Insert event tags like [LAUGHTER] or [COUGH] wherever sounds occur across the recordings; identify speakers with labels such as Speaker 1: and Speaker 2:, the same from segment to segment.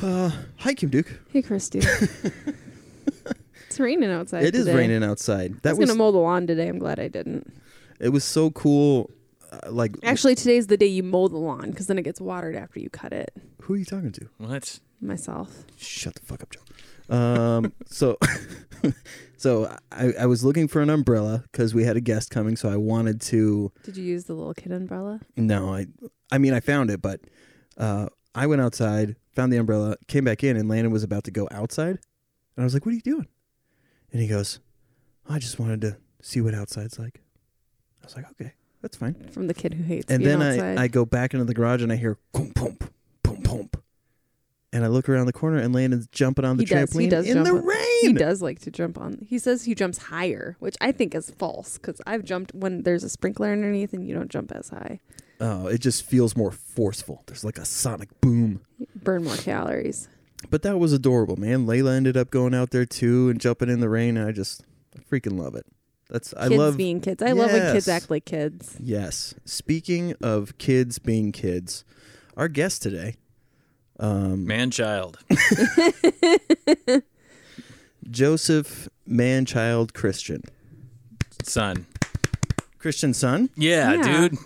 Speaker 1: Uh, Hi, Kim Duke. [LAUGHS]
Speaker 2: Hey, Christy. it's raining outside.
Speaker 1: it is
Speaker 2: today.
Speaker 1: raining outside.
Speaker 2: I
Speaker 1: That
Speaker 2: was,
Speaker 1: was,
Speaker 2: gonna mow the lawn today. I'm glad I didn't.
Speaker 1: it was so cool. Uh, like,
Speaker 2: Actually, today's the day you mow the lawn because then it gets watered after you cut it.
Speaker 1: who are you talking to?
Speaker 3: What?
Speaker 2: Myself.
Speaker 1: Shut the fuck up, Joe.
Speaker 2: [LAUGHS]
Speaker 1: Um, so, [LAUGHS] so I, I was looking for an umbrella because we had a guest coming, so I wanted to.
Speaker 2: Did you use the little kid umbrella?
Speaker 1: No, I, I mean, I found it, but uh, I went outside, found the umbrella, came back in, and Landon was about to go outside, and I was like, "What are you doing?" And he goes, "I just wanted to see what outside's like." I was like, "Okay, that's fine."
Speaker 2: From the kid who hates
Speaker 1: And
Speaker 2: being
Speaker 1: then
Speaker 2: outside.
Speaker 1: I, I go back into the garage and I hear boom, boom, boom, boom. And I look around the corner and Landon's jumping on the
Speaker 2: He does-
Speaker 1: trampoline
Speaker 2: he does
Speaker 1: in the
Speaker 2: jump on-
Speaker 1: rain.
Speaker 2: he does like to jump on. He says he jumps higher, which I think is false because I've jumped when there's a sprinkler underneath and you don't jump as high.
Speaker 1: Oh, it just feels more forceful. There's like a sonic boom.
Speaker 2: Burn more calories.
Speaker 1: But that was adorable, man. Layla ended up going out there too and jumping in the rain, and I just I freaking love it. That's I
Speaker 2: Kids
Speaker 1: love.
Speaker 2: being kids. I love when kids
Speaker 1: Yes.
Speaker 2: act like kids.
Speaker 1: yes. Speaking of kids being kids, our guest today, um,
Speaker 3: Man child.
Speaker 1: Joseph Manchild Christian,
Speaker 3: Son.
Speaker 1: Christian son.
Speaker 3: Yeah,
Speaker 2: Yeah.
Speaker 3: dude.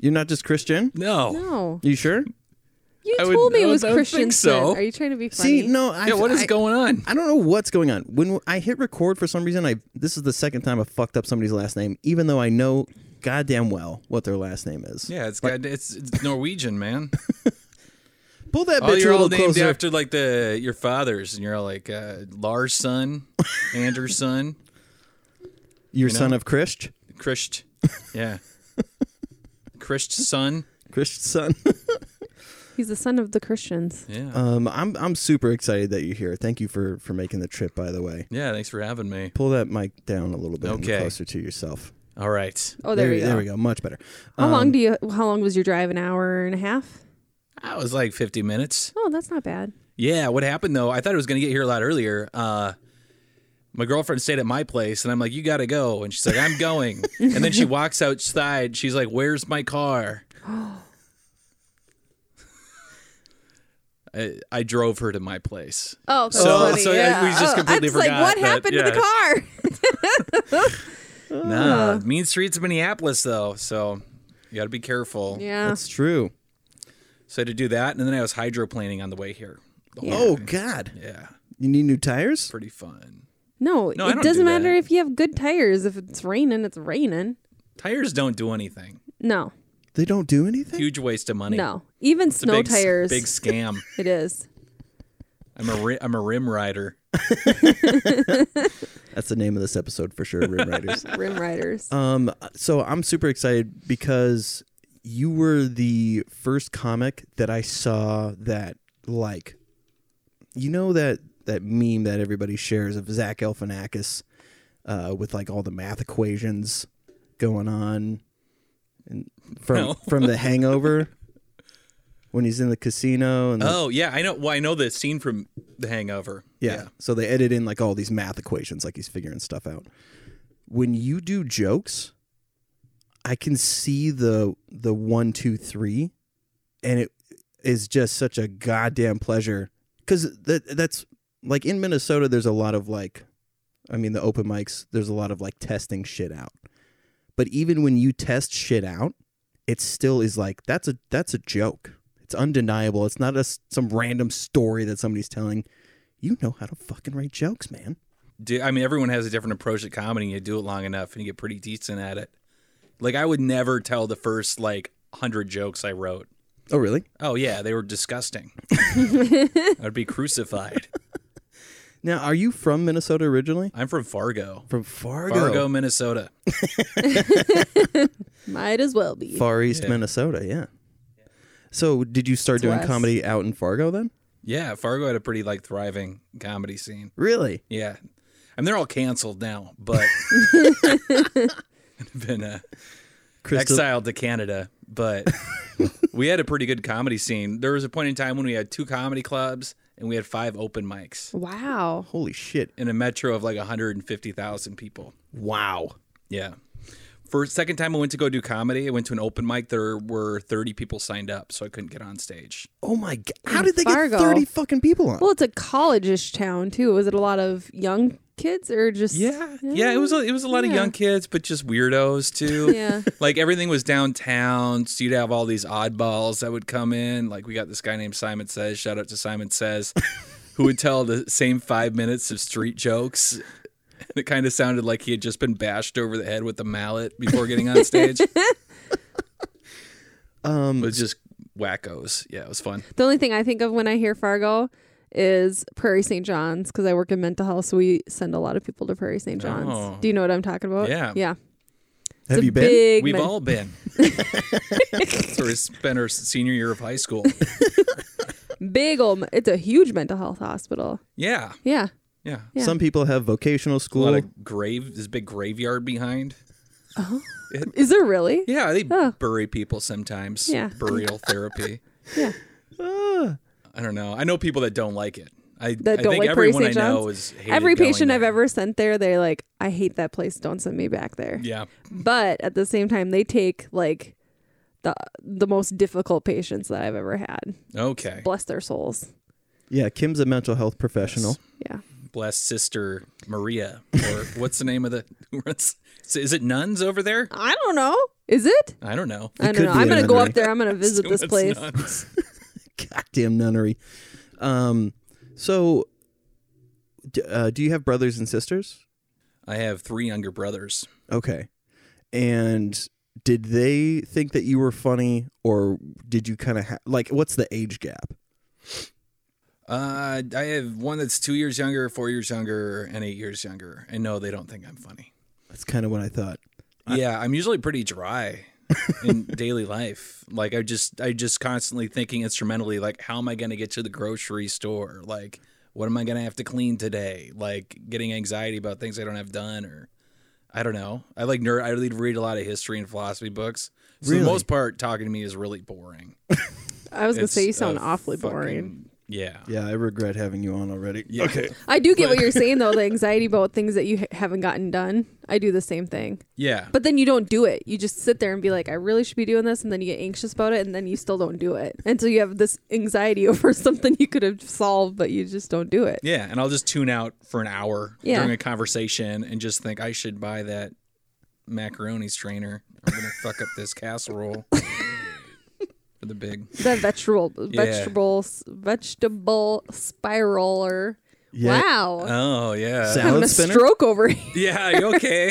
Speaker 1: You're not just Christian.
Speaker 3: No.
Speaker 2: No,
Speaker 1: You sure?
Speaker 2: you
Speaker 3: I would-
Speaker 2: told me
Speaker 3: I
Speaker 2: it
Speaker 3: would-
Speaker 2: was
Speaker 3: I would think
Speaker 2: Christian.
Speaker 3: so.
Speaker 2: Are you trying to be funny?
Speaker 1: See, no. I,
Speaker 3: Yeah, what is
Speaker 1: I-
Speaker 3: going on?
Speaker 1: I don't know what's going on. When I hit record for some reason, I this is the second time I've fucked up somebody's last name, even though I know goddamn well what their last name is.
Speaker 3: Yeah, it's got, it's, it's Norwegian, man.
Speaker 1: Pull that
Speaker 3: All
Speaker 1: bitch a
Speaker 3: Oh, you're all
Speaker 1: little
Speaker 3: named
Speaker 1: closer.
Speaker 3: after like the your fathers, and you're all like uh, Lars son, Anders son,
Speaker 1: Your
Speaker 3: you
Speaker 1: son
Speaker 3: know?
Speaker 1: of Christ,
Speaker 3: Christ, yeah, Christ son,
Speaker 1: Christ's son.
Speaker 2: he's the son of the Christians.
Speaker 3: yeah,
Speaker 1: um, I'm I'm super excited that you're here. Thank you for for making the trip. By the way,
Speaker 3: yeah. Thanks for having me.
Speaker 1: pull that mic down a little bit and
Speaker 3: Okay.
Speaker 1: closer to yourself.
Speaker 3: All right,
Speaker 2: Oh, there,
Speaker 1: there,
Speaker 2: we go.
Speaker 1: there we go. Much better.
Speaker 2: How
Speaker 1: Um,
Speaker 2: long do you? How long was your drive? An hour and a half?
Speaker 3: that was like 50 minutes.
Speaker 2: Oh, that's not bad.
Speaker 3: Yeah, what happened though? I thought it was gonna get here a lot earlier. Uh, my girlfriend stayed at my place, and I'm like, "You gotta go," and she's like, "I'm
Speaker 2: [LAUGHS]
Speaker 3: going." and then she walks outside. She's like, "Where's
Speaker 2: [GASPS]
Speaker 3: my car?" I, I drove her to my place.
Speaker 2: Oh, that's
Speaker 3: So-
Speaker 2: funny.
Speaker 3: so I-
Speaker 2: yeah.
Speaker 3: we just
Speaker 2: Oh,
Speaker 3: completely
Speaker 2: I was like,
Speaker 3: forgot
Speaker 2: what
Speaker 3: that-
Speaker 2: happened to the
Speaker 3: yeah.
Speaker 2: car?
Speaker 3: Nah, mean streets of Minneapolis though, so you gotta be careful.
Speaker 2: [LAUGHS] yeah.
Speaker 1: That's true.
Speaker 3: So I had to do that, and then I was hydroplaning on the way here. The whole-
Speaker 1: Oh God,
Speaker 3: yeah,
Speaker 1: you need new tires.
Speaker 3: pretty fun.
Speaker 2: No,
Speaker 3: No, I
Speaker 2: it
Speaker 3: don't
Speaker 2: doesn't
Speaker 3: do
Speaker 2: matter
Speaker 3: that.
Speaker 2: if you have good tires. If it's raining, it's raining.
Speaker 3: Tires don't do anything.
Speaker 2: No,
Speaker 1: They don't do anything.
Speaker 3: Huge waste of money.
Speaker 2: no. Even
Speaker 3: It's a
Speaker 2: snow
Speaker 3: big s-
Speaker 2: tires.
Speaker 3: Big scam.
Speaker 2: it is.
Speaker 3: I'm a ri- I'm a rim rider.
Speaker 1: That's the name of this episode for sure. Rim Riders.
Speaker 2: Rim
Speaker 3: [LAUGHS]
Speaker 2: riders.
Speaker 3: Uh,
Speaker 1: Um, so I'm super excited because you were the first comic that I saw that like, you know that that meme that everybody shares of Zach Galifianakis, uh, with like all the math equations going on, and from
Speaker 3: No.
Speaker 1: from The Hangover when he's in the casino and the-
Speaker 3: [LAUGHS] Oh yeah, I know. Well, I know the scene from The Hangover.
Speaker 1: yeah. So they edit in like all these math equations, like he's figuring stuff out. When you do jokes, I can see the the one, two, three, and it is just such a goddamn pleasure. Cause that that's like in Minnesota, there's a lot of like, I mean, the open mics, there's a lot of like testing shit out. But even when you test shit out, it still is like that's a that's a joke. It's undeniable. It's not a s- some random story that somebody's telling you know how to fucking write jokes, man.
Speaker 3: Do, I mean, everyone has a different approach to comedy. You do it long enough, and you get pretty decent at it. Like I would never tell the first like hundred jokes I wrote.
Speaker 1: Oh, really?
Speaker 3: Oh yeah, they were disgusting. I'd be crucified.
Speaker 1: Now, are you from Minnesota originally?
Speaker 3: I'm from Fargo,
Speaker 1: From Fargo,
Speaker 3: Fargo, Minnesota.
Speaker 2: Might as well be.
Speaker 1: Far East Minnesota. Yeah. So, did you start
Speaker 2: It's
Speaker 1: doing
Speaker 2: west.
Speaker 1: comedy out in Fargo then?
Speaker 3: Yeah, Fargo had a pretty like thriving comedy scene.
Speaker 1: Really?
Speaker 3: Yeah, I mean they're all canceled now, but [LAUGHS] I've been uh,
Speaker 1: Crystal,
Speaker 3: exiled to Canada, but we had a pretty good comedy scene. There was a point in time when we had two comedy clubs and we had five open mics
Speaker 2: wow.
Speaker 1: holy shit!
Speaker 3: in a metro of like 150,000 people.
Speaker 1: Wow.
Speaker 3: Yeah. First, second time I went to go do comedy, I went to an open mic. There were 30 people signed up, so I couldn't get on stage.
Speaker 1: Oh my god! How
Speaker 2: In
Speaker 1: did they
Speaker 2: Fargo.
Speaker 1: get thirty fucking people on?
Speaker 2: Well, it's a college-ish town too. Was it a lot of young kids or just
Speaker 3: Yeah, yeah. It was a, it was a lot of
Speaker 2: Yeah.
Speaker 3: young kids, but just weirdos too.
Speaker 2: [LAUGHS] Yeah.
Speaker 3: like everything was downtown, so you'd have all these oddballs that would come in. Like we got this guy named Simon Says. Shout out to
Speaker 2: [LAUGHS]
Speaker 3: Simon Says, who would tell the same five minutes of street jokes. And It kind of sounded like he had just been bashed over the head with a mallet before getting
Speaker 2: [LAUGHS]
Speaker 3: on stage. um, it was just wackos. Yeah, it was fun.
Speaker 2: The only thing I think of when I hear Fargo is Prairie St. John's because I work in mental health, so we send a lot of people to Prairie St. John's.
Speaker 3: Oh.
Speaker 2: Do you know what I'm talking about?
Speaker 3: Yeah.
Speaker 2: Yeah.
Speaker 1: Have
Speaker 2: It's a
Speaker 1: you been?
Speaker 2: big
Speaker 3: We've
Speaker 2: men- [LAUGHS]
Speaker 3: all been. so we spent our senior year of
Speaker 2: [LAUGHS]
Speaker 3: high school.
Speaker 2: big old. It's a huge mental health hospital.
Speaker 3: Yeah,
Speaker 2: Yeah.
Speaker 3: yeah.
Speaker 2: Yeah.
Speaker 1: Some people have vocational
Speaker 3: a
Speaker 1: school.
Speaker 3: lot of grave this big graveyard behind
Speaker 2: Is there really?
Speaker 3: yeah they
Speaker 2: Oh.
Speaker 3: bury people sometimes
Speaker 2: Yeah.
Speaker 3: burial therapy
Speaker 2: Yeah.
Speaker 1: Ah.
Speaker 3: i don't know i know people that don't like it i,
Speaker 2: That
Speaker 3: I
Speaker 2: don't
Speaker 3: think
Speaker 2: like Prairie
Speaker 3: everyone i
Speaker 2: St.
Speaker 3: know
Speaker 2: John's?
Speaker 3: is hated
Speaker 2: Every
Speaker 3: going
Speaker 2: patient
Speaker 3: there.
Speaker 2: I've ever sent there, they're like, I hate that place. Don't send me back there.
Speaker 3: yeah
Speaker 2: But at the same time, they take like the the most difficult patients that I've ever had.
Speaker 3: okay
Speaker 2: Bless their souls.
Speaker 1: Yeah, Kim's a mental health professional.
Speaker 2: Yeah.
Speaker 3: bless sister maria
Speaker 2: [LAUGHS]
Speaker 3: or what's the name of the who runs so is it nuns over there
Speaker 2: I don't know. Is it?
Speaker 3: i don't know
Speaker 2: I don't
Speaker 1: could
Speaker 2: know.
Speaker 1: be
Speaker 2: I'm
Speaker 1: a
Speaker 2: gonna go
Speaker 1: nunnery.
Speaker 2: up there. I'm
Speaker 3: [LAUGHS]
Speaker 2: gonna visit
Speaker 3: Assume
Speaker 2: this
Speaker 3: it's
Speaker 2: place.
Speaker 3: nuns.
Speaker 1: [LAUGHS] Goddamn nunnery. Um, so, d- uh, do you have brothers and sisters?
Speaker 3: i have three younger brothers
Speaker 1: Okay, and did they think that you were funny, or did you kind of ha- like? What's the age gap?
Speaker 3: uh, I have one that's two years younger, four years younger, and eight years younger. And no, they don't think I'm funny.
Speaker 1: That's kind of what I thought.
Speaker 3: yeah i'm usually pretty dry in [LAUGHS] daily life like i just i just constantly thinking instrumentally like how am i going to get to the grocery store like what am i going to have to clean today like getting anxiety about things i don't have done or i don't know i like nerd i really read a lot of history and philosophy books so
Speaker 1: Really?
Speaker 3: the most part talking to me is really boring
Speaker 2: [LAUGHS] I was gonna
Speaker 3: It's
Speaker 2: say you sound
Speaker 3: a
Speaker 2: awfully
Speaker 3: fucking-
Speaker 2: boring.
Speaker 3: yeah
Speaker 1: Yeah, I regret having you on already.
Speaker 3: Yeah.
Speaker 1: Okay,
Speaker 2: I do get what you're saying though, the anxiety about things that you ha- haven't gotten done. I do the same thing.
Speaker 3: yeah
Speaker 2: But then you don't do it. You just sit there and be like, I really should be doing this. And then you get anxious about it. And then you still don't do it. And so you have this anxiety [LAUGHS] over something you could have solved, but you just don't do it.
Speaker 3: yeah and i'll just tune out for an hour
Speaker 2: Yeah.
Speaker 3: during a conversation and just think i should buy that macaroni strainer i'm
Speaker 2: [LAUGHS]
Speaker 3: gonna fuck up this casserole for the big
Speaker 2: That vegetable, vegetable, vegetable spiraler.
Speaker 1: Yeah. Uh,
Speaker 2: Wow.
Speaker 3: Oh yeah.
Speaker 1: Salad
Speaker 2: Having a
Speaker 1: spinner?
Speaker 2: stroke over here.
Speaker 3: yeah, you okay?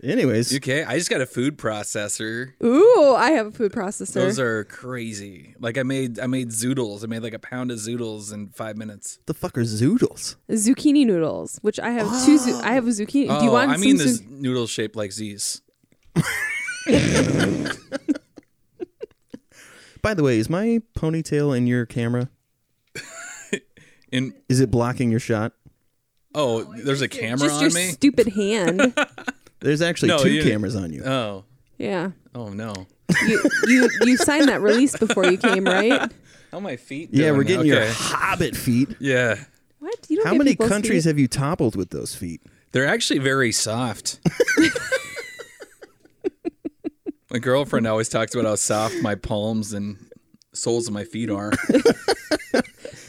Speaker 1: Anyways,
Speaker 3: You okay? I just got a food processor.
Speaker 2: Ooh, I have a food processor.
Speaker 3: Those are crazy. Like I made I made zoodles. I made like a pound of zoodles in five minutes.
Speaker 1: the fuck are zoodles?
Speaker 2: zucchini noodles, which I have two. Zu- I have a zucchini. do you
Speaker 1: Oh,
Speaker 2: want
Speaker 3: Oh, I mean
Speaker 2: some
Speaker 3: this
Speaker 2: zu-
Speaker 3: noodle shaped like Z's.
Speaker 1: By the way, is my ponytail in your camera?
Speaker 3: In
Speaker 1: Is it blocking your shot?
Speaker 3: oh, there's a camera
Speaker 2: just
Speaker 3: on
Speaker 2: your
Speaker 3: me.
Speaker 2: stupid hand.
Speaker 1: [LAUGHS] There's actually
Speaker 3: No,
Speaker 1: two
Speaker 3: you-
Speaker 1: cameras on you.
Speaker 3: oh.
Speaker 2: yeah.
Speaker 3: Oh no.
Speaker 2: You, you you signed that release before you
Speaker 1: [LAUGHS]
Speaker 2: came, right?
Speaker 3: How my feet?
Speaker 1: yeah,
Speaker 3: doing?
Speaker 1: we're getting
Speaker 3: okay.
Speaker 1: your hobbit feet.
Speaker 3: Yeah.
Speaker 2: What? You don't
Speaker 1: How
Speaker 2: get
Speaker 1: many
Speaker 2: people's
Speaker 1: countries
Speaker 2: feet?
Speaker 1: have you toppled with those feet?
Speaker 3: They're actually very soft. my girlfriend always talks about how soft my palms and soles of my feet are.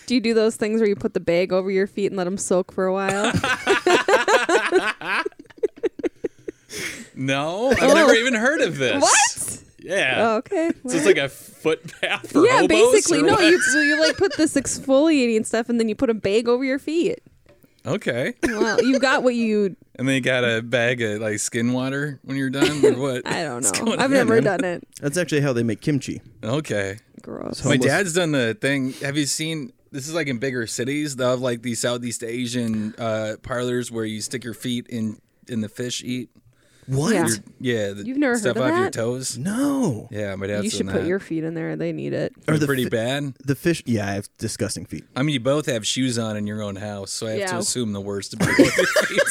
Speaker 2: do you do those things where you put the bag over your feet and let them soak for a while?
Speaker 3: No, I've never even heard of this.
Speaker 2: Oh. what?
Speaker 3: Yeah.
Speaker 2: Oh, okay.
Speaker 3: So it's
Speaker 2: what?
Speaker 3: like a footpath for
Speaker 2: yeah,
Speaker 3: hobos
Speaker 2: basically.
Speaker 3: or
Speaker 2: No,
Speaker 3: what?
Speaker 2: you so you like put this exfoliating stuff and then you put a bag over your feet.
Speaker 3: Okay.
Speaker 2: Well, you got what you.
Speaker 3: And then you got a bag of like skin water when you're done or
Speaker 2: [LAUGHS]
Speaker 3: what?
Speaker 2: I don't
Speaker 3: What's
Speaker 2: know.
Speaker 3: going
Speaker 2: I've
Speaker 3: on?
Speaker 2: never
Speaker 1: man?
Speaker 2: done it.
Speaker 1: That's actually how they make kimchi.
Speaker 3: Okay.
Speaker 2: Gross.
Speaker 1: So-
Speaker 3: My
Speaker 1: Homeless-
Speaker 3: dad's done the thing. Have you seen this is like in bigger cities, they'll have like these Southeast Asian uh, parlors where you stick your feet in in the fish eat.
Speaker 1: What?
Speaker 2: Yeah.
Speaker 3: Your, yeah, the
Speaker 2: You've never heard
Speaker 3: stuff
Speaker 2: of
Speaker 3: off your
Speaker 2: that?
Speaker 3: toes.
Speaker 1: No.
Speaker 3: Yeah, my dad's
Speaker 2: you should
Speaker 3: done
Speaker 2: put
Speaker 3: that.
Speaker 2: your feet in there. They need it.
Speaker 1: Or
Speaker 3: They're
Speaker 1: the
Speaker 3: pretty
Speaker 1: fi-
Speaker 3: bad.
Speaker 1: The fish. Yeah, I have disgusting feet.
Speaker 3: I mean, you both have shoes on in your own house, so I have to
Speaker 2: Yeah.
Speaker 3: assume the worst about both your feet. [LAUGHS]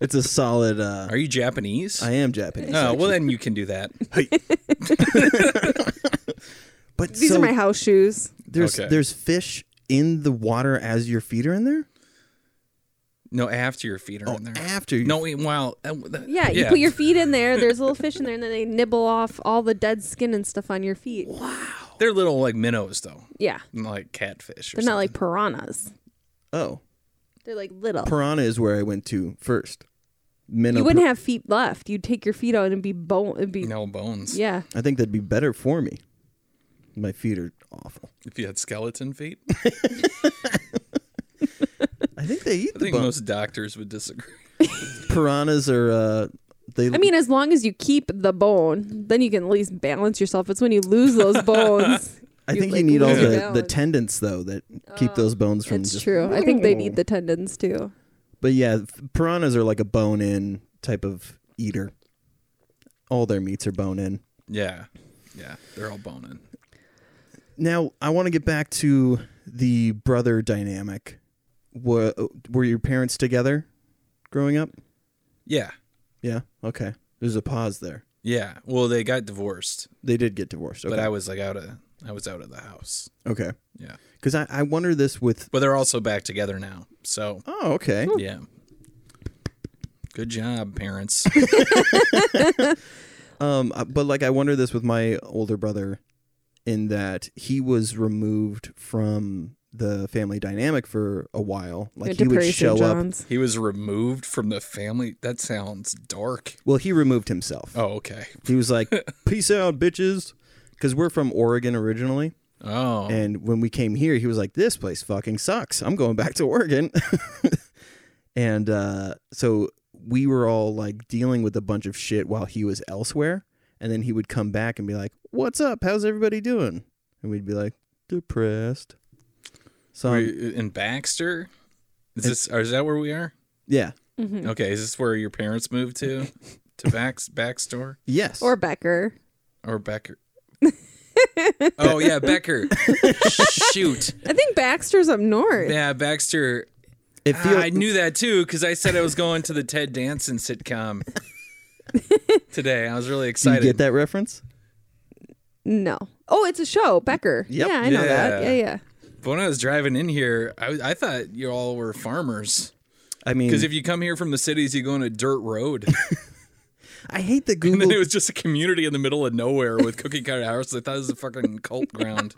Speaker 1: It's a solid. Uh,
Speaker 3: Are you Japanese?
Speaker 1: I am Japanese.
Speaker 3: Oh, well then you can do that.
Speaker 1: [LAUGHS] but
Speaker 2: These
Speaker 1: so
Speaker 2: are my house shoes.
Speaker 1: there's
Speaker 3: Okay.
Speaker 1: there's fish in the water as your feet are in there.
Speaker 3: No, after your feet are
Speaker 1: Oh,
Speaker 3: in there.
Speaker 1: after you.
Speaker 3: no, wait, wow. Uh, th-
Speaker 2: Yeah, you put your feet in there. There's a little fish in there, and then they nibble off all the dead skin and stuff on your feet.
Speaker 3: They're little like minnows though,
Speaker 2: Yeah,
Speaker 3: like catfish. Or
Speaker 2: they're not like piranhas.
Speaker 1: Oh,
Speaker 2: They're like little.
Speaker 1: piranha is where I went to first. Minnow.
Speaker 2: you wouldn't have feet left. You'd take your feet out and be bone. It'd be
Speaker 3: something. no bones.
Speaker 2: yeah.
Speaker 1: I think that'd be better for me. My feet are awful.
Speaker 3: If you had skeleton [LAUGHS] feet,
Speaker 1: I think they eat
Speaker 3: I
Speaker 1: the
Speaker 3: think
Speaker 1: bones.
Speaker 3: most doctors would disagree. [LAUGHS]
Speaker 1: Piranhas are. Uh, they.
Speaker 2: I mean, as long as you keep the bone, then you can at least balance yourself. It's when you lose those
Speaker 1: [LAUGHS]
Speaker 2: bones.
Speaker 1: I
Speaker 2: you,
Speaker 1: think you
Speaker 2: like,
Speaker 1: need all
Speaker 2: lose your
Speaker 1: the, the
Speaker 2: balance.
Speaker 1: tendons though that keep those bones from.
Speaker 2: It's
Speaker 1: just,
Speaker 2: true. I think they need the tendons too.
Speaker 1: But yeah, f- piranhas are like a bone-in type of eater. All their meats are bone-in.
Speaker 3: Yeah, yeah, they're all boning.
Speaker 1: Now I want to get back to the brother dynamic. Were, were your parents together growing up?
Speaker 3: Yeah,
Speaker 1: Yeah. Okay. There's a pause there.
Speaker 3: yeah. Well, they got divorced,
Speaker 1: They did get divorced. Okay.
Speaker 3: but I was like out of, I was out of the house.
Speaker 1: okay.
Speaker 3: Yeah,
Speaker 1: Because I, I wonder this with.
Speaker 3: but they're also back together now. So
Speaker 1: Oh, okay.
Speaker 3: yeah, good job, [LAUGHS] parents.
Speaker 1: Um, uh, but like I wonder this with my older brother, in that he was removed from the family dynamic for a while. Like he would show up.
Speaker 3: he was removed from the family. That sounds dark.
Speaker 1: Well, he removed himself.
Speaker 3: Oh, okay.
Speaker 1: He was
Speaker 3: [LAUGHS]
Speaker 1: like, "Peace out, bitches," because we're from Oregon originally.
Speaker 3: Oh,
Speaker 1: And when we came here, he was like, "This place fucking sucks. I'm going back to Oregon." [LAUGHS] and uh, so we were all like dealing with a bunch of shit while he was elsewhere, and then he would come back and be like, "What's up? How's everybody doing?" And we'd be like, "Depressed." So
Speaker 3: Were
Speaker 1: um,
Speaker 3: you in Baxter. Is this? Or is that where we are?
Speaker 1: yeah,
Speaker 3: Okay, is this where your parents moved [LAUGHS] to? To Bax Baxter
Speaker 1: yes,
Speaker 2: Or Becker.
Speaker 3: or Becker? oh yeah, Becker. Shoot.
Speaker 2: I think Baxter's up north.
Speaker 3: Yeah, Baxter.
Speaker 1: it
Speaker 3: Ah,
Speaker 1: feels.
Speaker 3: I knew that too because I said I was going to the Ted Danson sitcom today. I was really
Speaker 1: do you
Speaker 3: excited.
Speaker 1: get that reference?
Speaker 2: No. Oh, it's a show. Becker.
Speaker 1: Yep.
Speaker 2: Yeah, I know that.
Speaker 3: Yeah.
Speaker 2: Yeah, yeah.
Speaker 3: But when I was driving in here, I, I thought you all were farmers
Speaker 1: I mean,
Speaker 3: because if you come here from the cities, you go on a dirt
Speaker 1: [LAUGHS]
Speaker 3: road.
Speaker 1: I hate the
Speaker 3: and then [LAUGHS] it
Speaker 1: Google.
Speaker 3: was just a community in the middle of nowhere with cookie cutter houses. I thought it was a fucking cult ground.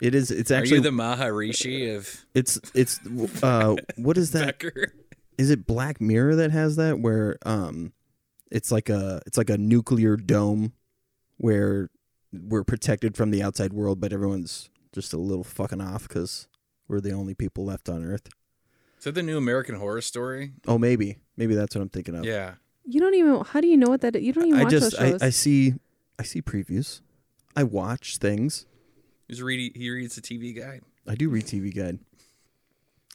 Speaker 1: It is. It's
Speaker 3: Are you
Speaker 1: actually.
Speaker 3: the Maharishi of
Speaker 1: it's. It's. Uh, what is that?
Speaker 3: Becker?
Speaker 1: is it Black Mirror that has that where um it's like a it's like a nuclear dome where we're protected from the outside world but everyone's just a little fucking off cuz we're the only people left on earth.
Speaker 3: Is that the new American Horror Story?
Speaker 1: Oh maybe maybe that's what I'm thinking of.
Speaker 3: Yeah.
Speaker 2: You don't even. How do you know what that? Is? You don't even
Speaker 1: I
Speaker 2: watch
Speaker 1: just
Speaker 2: those
Speaker 1: I,
Speaker 2: shows.
Speaker 1: I see I see previews. I watch things.
Speaker 3: He's read, he reads the TV guide.
Speaker 1: I do read TV guide.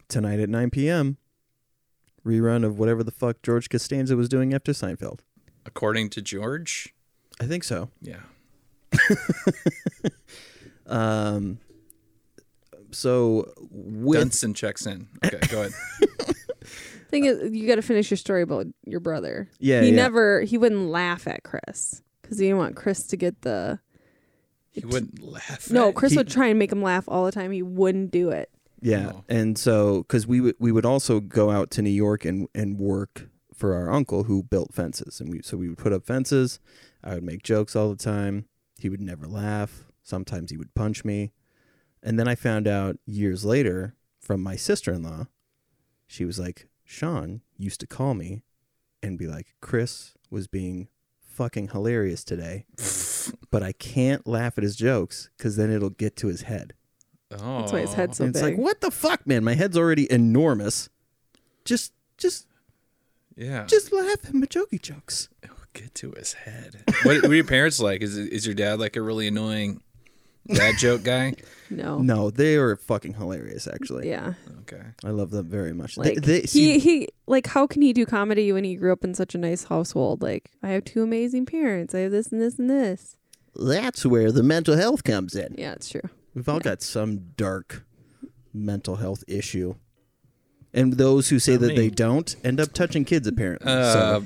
Speaker 1: Tonight at 9 p.m. rerun of whatever the fuck George Costanza was doing after Seinfeld.
Speaker 3: According to George?
Speaker 1: I think so.
Speaker 3: Yeah.
Speaker 1: Um, so with
Speaker 3: Dunson checks in. Okay, go ahead.
Speaker 2: Thing is, you got to finish your story about your brother.
Speaker 1: Yeah,
Speaker 2: he
Speaker 1: yeah.
Speaker 2: never. He wouldn't laugh at Chris because he didn't want Chris to get the. [LAUGHS]
Speaker 3: He wouldn't laugh.
Speaker 2: No,
Speaker 3: at-
Speaker 2: Chris
Speaker 1: He-
Speaker 2: would try and make him laugh all the time. He wouldn't do it.
Speaker 1: yeah,
Speaker 3: No.
Speaker 1: and so because we would we would also go out to New York and and work for our uncle who built fences, and we so we would put up fences. I would make jokes all the time. He would never laugh. Sometimes he would punch me, and then I found out years later from my sister in law. She was like, Sean used to call me, and be like, Chris was being fucking hilarious today, but I can't laugh at his jokes because then it'll get to his head.
Speaker 3: Oh.
Speaker 2: That's why his head's so
Speaker 1: And it's
Speaker 2: big.
Speaker 1: like, what the fuck, man? My head's already enormous. Just, just,
Speaker 3: Yeah. Just
Speaker 1: just laugh at Majoki jokes.
Speaker 3: get to his head. What, what are your parents like? Is is your dad like a really annoying
Speaker 2: [LAUGHS]
Speaker 3: dad joke guy?
Speaker 2: No.
Speaker 1: No, they are fucking hilarious. Actually,
Speaker 2: Oh. Yeah.
Speaker 3: Okay.
Speaker 1: I love them very much. They-
Speaker 2: Like
Speaker 1: they,
Speaker 2: he
Speaker 1: see,
Speaker 2: he like how can he do comedy when he grew up in such a nice household? Like I have two amazing parents. I have this and this and this.
Speaker 1: that's where the mental health comes in.
Speaker 2: Yeah, it's true.
Speaker 1: We've all got some dark mental health issue, and those who say that
Speaker 3: me.
Speaker 1: they don't end up touching kids. Apparently,
Speaker 3: Uh,
Speaker 1: so,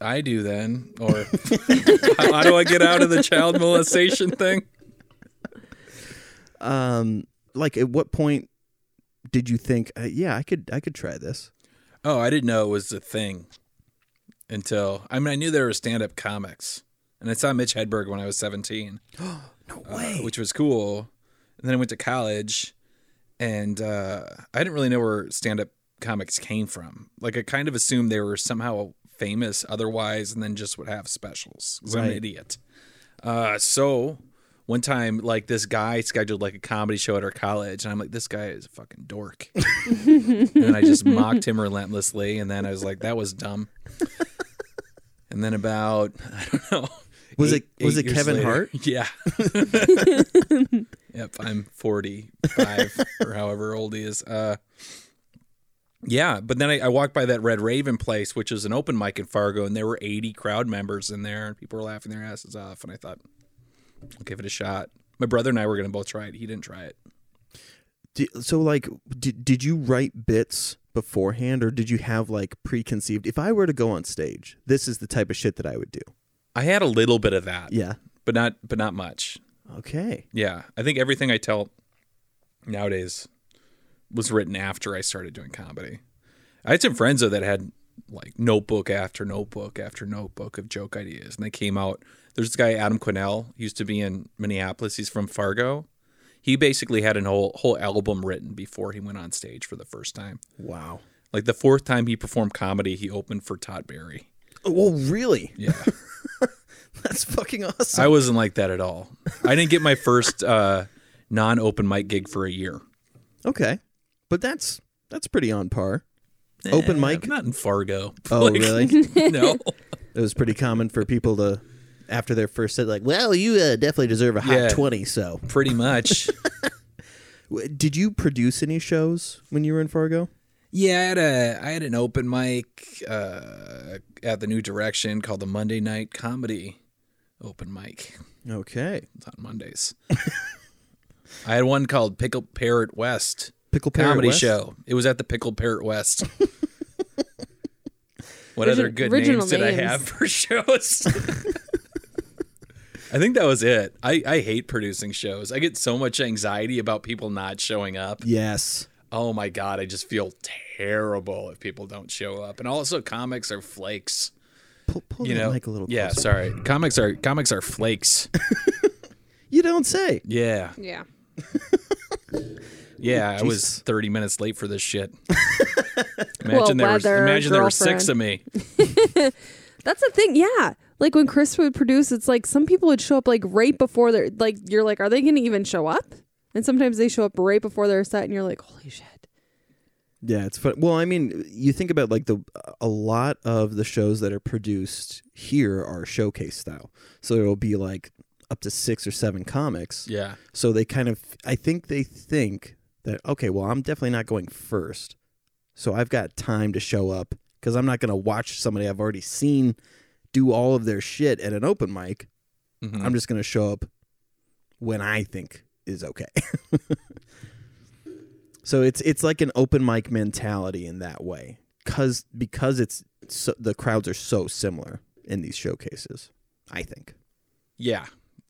Speaker 3: I do then. Or [LAUGHS] how, how do I get out of the child molestation thing?
Speaker 1: uh, um, like at what point did you think, uh, yeah, I could, I could try this?
Speaker 3: Oh, I didn't know it was a thing until I mean I knew there were stand up comics. And I saw Mitch Hedberg when I was seventeen.
Speaker 1: [GASPS] No
Speaker 3: uh, which was cool. And then I went to college and uh, I didn't really know where stand up comics came from. Like I kind of assumed they were somehow famous otherwise and then just would have specials. 'cause I'm an
Speaker 1: Right.
Speaker 3: idiot. Uh, so one time, like this guy scheduled like a comedy show at our college, and I'm like, this guy is a fucking
Speaker 1: [LAUGHS]
Speaker 3: dork. and then I just mocked him relentlessly, and then I was like, that was dumb. And then about [LAUGHS] I don't know.
Speaker 1: Was it- was it
Speaker 3: years
Speaker 1: Kevin
Speaker 3: later- [LAUGHS]
Speaker 1: Hart?
Speaker 3: Yeah.
Speaker 1: [LAUGHS]
Speaker 3: yep, I'm 45 or however old he is. Uh, yeah, but then I, I walked by that Red Raven place, which is an open mic in Fargo, and there were 80 crowd members in there, and people were laughing their asses off. And I thought, I'll give it a shot. My brother and I were going to both try it. He didn't try it.
Speaker 1: Di- so like did, did you write bits beforehand or did you have like preconceived if i were to go on stage this is the type of shit that i would do
Speaker 3: I had a little bit of that,
Speaker 1: yeah
Speaker 3: but not but not much.
Speaker 1: okay
Speaker 3: Yeah, I think everything I tell nowadays was written after I started doing comedy. I had some friends though that had like notebook after notebook after notebook of joke ideas, and they came out. There's this guy Adam Quinnell he used to be in Minneapolis. He's from Fargo. He basically had a whole whole album written before he went on stage for the first time.
Speaker 1: wow
Speaker 3: Like the fourth time he performed comedy, he opened for Todd Berry.
Speaker 1: Oh, well really [LAUGHS]
Speaker 3: Yeah.
Speaker 1: that's fucking awesome
Speaker 3: I wasn't like that at all. I didn't get my first uh, non open mic gig for a year.
Speaker 1: okay but that's that's pretty on par open
Speaker 3: [LAUGHS]
Speaker 1: mic
Speaker 3: Not in Fargo.
Speaker 1: oh
Speaker 3: Like,
Speaker 1: really
Speaker 3: [LAUGHS] no.
Speaker 1: it was pretty common for people to after their first set like well you uh, definitely deserve a hot
Speaker 3: Yeah.
Speaker 1: 20 so
Speaker 3: Pretty much.
Speaker 1: W- did you produce any shows when you were in fargo
Speaker 3: [LAUGHS] yeah, I had a I had an open mic uh, at the New Direction called the Monday Night Comedy Open Mic.
Speaker 1: okay
Speaker 3: It's on [LAUGHS] Mondays. I had one called Pickle Parrot West
Speaker 1: pickle Parrot
Speaker 3: comedy
Speaker 1: West?
Speaker 3: show. It was at the Pickle Parrot West. what
Speaker 2: Origi-
Speaker 3: other good
Speaker 2: original
Speaker 3: names, did I
Speaker 2: names.
Speaker 3: have for [LAUGHS] shows? I think that was it. I, I hate producing shows. I get so much anxiety about people not showing up.
Speaker 1: yes
Speaker 3: oh my god i just feel terrible if people don't show up and also comics are flakes
Speaker 1: pull, pull
Speaker 3: you
Speaker 1: that
Speaker 3: know
Speaker 1: mic a little
Speaker 3: yeah
Speaker 1: closer.
Speaker 3: sorry comics are comics are flakes
Speaker 1: you don't say
Speaker 3: yeah
Speaker 2: Yeah.
Speaker 3: yeah i was
Speaker 1: Jesus.
Speaker 3: 30 minutes late for this shit
Speaker 2: Well,
Speaker 3: imagine there
Speaker 2: weather,
Speaker 3: were imagine there were six
Speaker 2: girlfriend.
Speaker 3: of me
Speaker 2: That's the thing, yeah. Like when Chris would produce, it's like some people would show up like right before their like you're like, are they gonna even show up? And sometimes they show up right before their set, and you're like, holy shit.
Speaker 1: Yeah, it's fun. Well, I mean, you think about like the a lot of the shows that are produced here are showcase style. So it'll be like up to 6 or 7 comics.
Speaker 3: yeah
Speaker 1: So they kind of I think they think that okay, well, I'm definitely not going first. So I've got time to show up cuz I'm not going to watch somebody I've already seen do all of their shit at an open mic.
Speaker 3: Mhm.
Speaker 1: I'm just going to show up when I think is okay. [LAUGHS] so it's it's like an open mic mentality in that way, cause because it's so, the crowds are so similar in these showcases. I think.
Speaker 3: yeah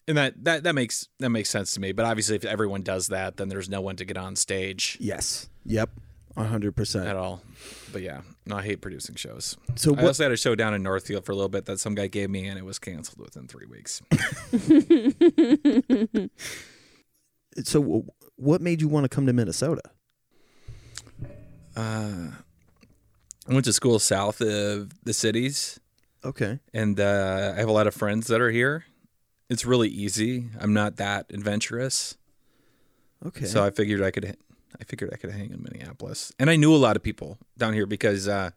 Speaker 3: and that, that that makes that makes sense to me but obviously if everyone does that then there's no one to get on stage
Speaker 1: Yes. Yep. hundred
Speaker 3: at
Speaker 1: percent.
Speaker 3: all but yeah no i hate producing shows
Speaker 1: So
Speaker 3: I
Speaker 1: what?
Speaker 3: also had a show down in Northfield for a little bit that some guy gave me, and it was canceled within three weeks.
Speaker 1: So wh- what made you want to come to Minnesota?
Speaker 3: Uh, I went to school south of the cities,
Speaker 1: Okay.
Speaker 3: and uh, I have a lot of friends that are here. It's really easy. I'm not that adventurous,
Speaker 1: Okay.
Speaker 3: so I figured I could. I figured I could hang in Minneapolis, and I knew a lot of people down here because uh,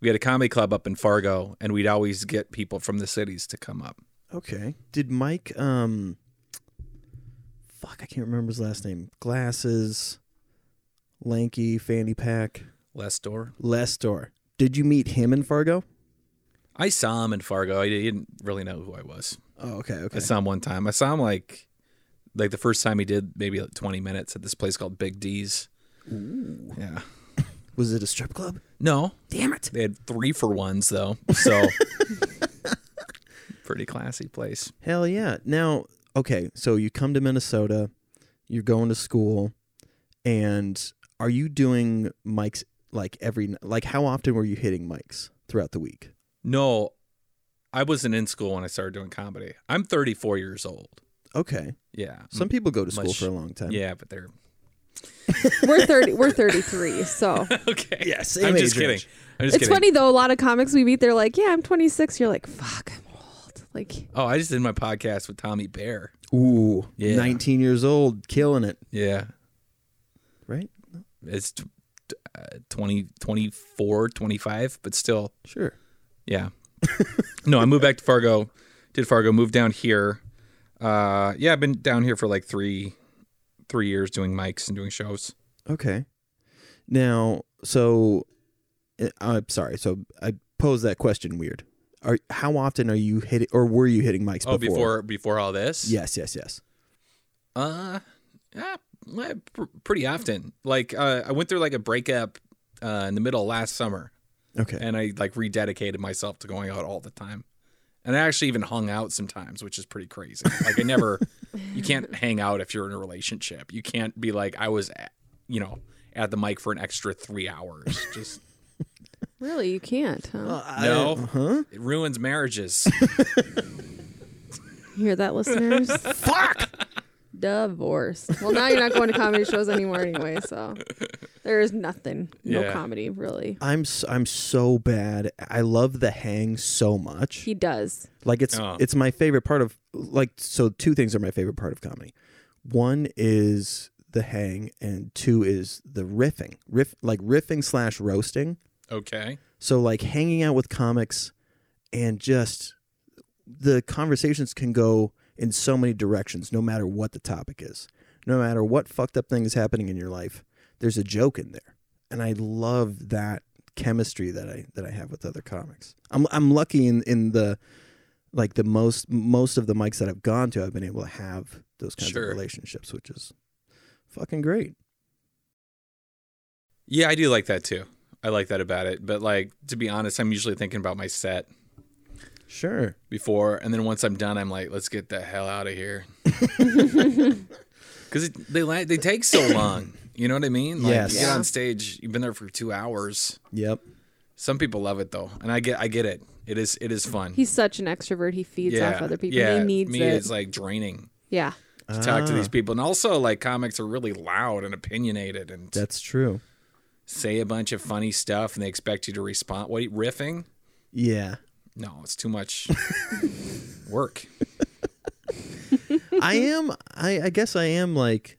Speaker 3: we had a comedy club up in Fargo, and we'd always get people from the cities to come up.
Speaker 1: okay. Did Mike? Um. Fuck, I can't remember his last name. Glasses, lanky, fanny pack.
Speaker 3: Lestor,
Speaker 1: Lestor. Did you meet him in Fargo?
Speaker 3: I saw him in Fargo. I didn't really know who I was.
Speaker 1: Oh, okay,
Speaker 3: I
Speaker 1: okay.
Speaker 3: saw him one time. I saw him like like the first time he did maybe like 20 minutes at this place called Big D's. Yeah.
Speaker 1: Was it a strip club?
Speaker 3: No,
Speaker 1: Damn [LAUGHS] it.
Speaker 3: they had three for ones though.
Speaker 1: [LAUGHS]
Speaker 3: So pretty classy place.
Speaker 1: Hell yeah. Now, okay, so you come to Minnesota, you're going to school, and are you doing Mike's like every n- like how often were you hitting mics throughout the week?
Speaker 3: No, I wasn't in school when I started doing comedy. I'm 34 years old.
Speaker 1: Okay,
Speaker 3: Yeah.
Speaker 1: some people go to school
Speaker 3: Much-
Speaker 1: for a long time.
Speaker 3: yeah, but they're [LAUGHS]
Speaker 2: We're thirty. We're thirty-three. So
Speaker 3: okay.
Speaker 1: Yeah, same
Speaker 3: I'm
Speaker 1: age
Speaker 3: just kidding.
Speaker 1: range.
Speaker 3: I'm just
Speaker 2: it's
Speaker 3: kidding.
Speaker 2: funny though. A lot of comics we meet, they're like, "Yeah, I'm 26." You're like, "Fuck, I'm old." Like,
Speaker 3: Oh, I just did my podcast with Tommy Bear.
Speaker 1: Ooh,
Speaker 3: Yeah.
Speaker 1: 19 years old, killing it,
Speaker 3: Yeah.
Speaker 1: right?
Speaker 3: It's t- t- uh, 20, 24, 25, but still,
Speaker 1: Sure.
Speaker 3: yeah. no, I moved back to Fargo, did Fargo, moved down here. Uh, yeah, I've been down here for like three, three years doing mics and doing shows.
Speaker 1: Okay. Now, so uh, I'm sorry. So I posed that question weird. Are how often are you hitting or were you hitting mics
Speaker 3: Oh, before before all this,
Speaker 1: Yes, yes, yes.
Speaker 3: Uh, yeah, eh, pr- pretty often. Like, uh, I went through like a breakup uh, in the middle of last summer,
Speaker 1: Okay.
Speaker 3: and I like rededicated myself to going out all the time. And I actually even hung out sometimes, which is pretty crazy. Like, I never, you can't hang out if you're in a relationship. You can't be like, I was, at, you know, at the mic for an extra three hours. Just
Speaker 2: really, you can't. Huh?
Speaker 3: no, it ruins marriages.
Speaker 2: You hear that, listeners? Fuck. Divorced. Well, now you're not going to comedy shows anymore anyway. So there is nothing. No
Speaker 3: Yeah.
Speaker 2: comedy, really.
Speaker 1: I'm s- I'm so bad. I love the hang so much.
Speaker 2: He does.
Speaker 1: Like it's
Speaker 3: Oh.
Speaker 1: it's my favorite part of like so two things are my favorite part of comedy. One is the hang and two is the riffing. Riff like riffing slash roasting.
Speaker 3: okay.
Speaker 1: So like hanging out with comics and just the conversations can go in so many directions no matter what the topic is. No matter what fucked up thing is happening in your life, there's a joke in there. And I love that chemistry that I that I have with other comics. I'm I'm lucky in in the like the most most of the mics that I've gone to I've been able to have those kinds
Speaker 3: Sure.
Speaker 1: of relationships which is fucking great.
Speaker 3: Yeah, I do like that too. I like that about it. But like, to be honest, I'm usually thinking about my set.
Speaker 1: Sure.
Speaker 3: before, and then once I'm done, I'm like, let's get the hell out of here, because they la- they take so [COUGHS] long. You know what I mean? Like,
Speaker 1: Yes.
Speaker 3: You get
Speaker 2: Yeah.
Speaker 3: on stage, you've been there for two hours.
Speaker 1: [LAUGHS] Yep.
Speaker 3: Some people love it though, and I get I get it. It is it is fun.
Speaker 2: He's such an extrovert. He feeds
Speaker 3: yeah,
Speaker 2: off other people.
Speaker 3: Yeah,
Speaker 2: he needs
Speaker 3: me
Speaker 2: it.
Speaker 3: it's like draining
Speaker 2: yeah.
Speaker 3: to talk to
Speaker 1: Ah.
Speaker 3: these people, and also like comics are really loud and opinionated and
Speaker 1: That's true.
Speaker 3: say a bunch of funny stuff, and they expect you to respond. What riffing?
Speaker 1: Yeah.
Speaker 3: No, it's
Speaker 1: [LAUGHS]
Speaker 3: too much work. [LAUGHS]
Speaker 2: [LAUGHS]
Speaker 1: I am. I, I guess I am like,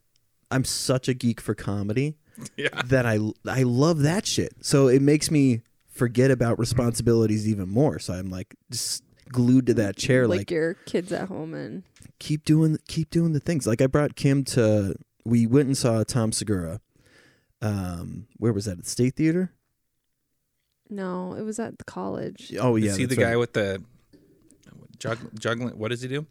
Speaker 1: I'm such a geek for comedy
Speaker 3: Yeah.
Speaker 1: that I I love that shit. So it makes me forget about responsibilities even more. So I'm like just glued to that chair.
Speaker 2: like,
Speaker 1: Like,
Speaker 2: your kids at home and
Speaker 1: keep doing keep doing the things. Like I brought Kim to. We went and saw Tom Segura. Um, where was that? At the State Theater.
Speaker 2: no, it was at the college.
Speaker 1: Oh
Speaker 3: You
Speaker 1: yeah,
Speaker 3: see the
Speaker 1: that's right.
Speaker 3: guy with the jug- juggling. What does he do?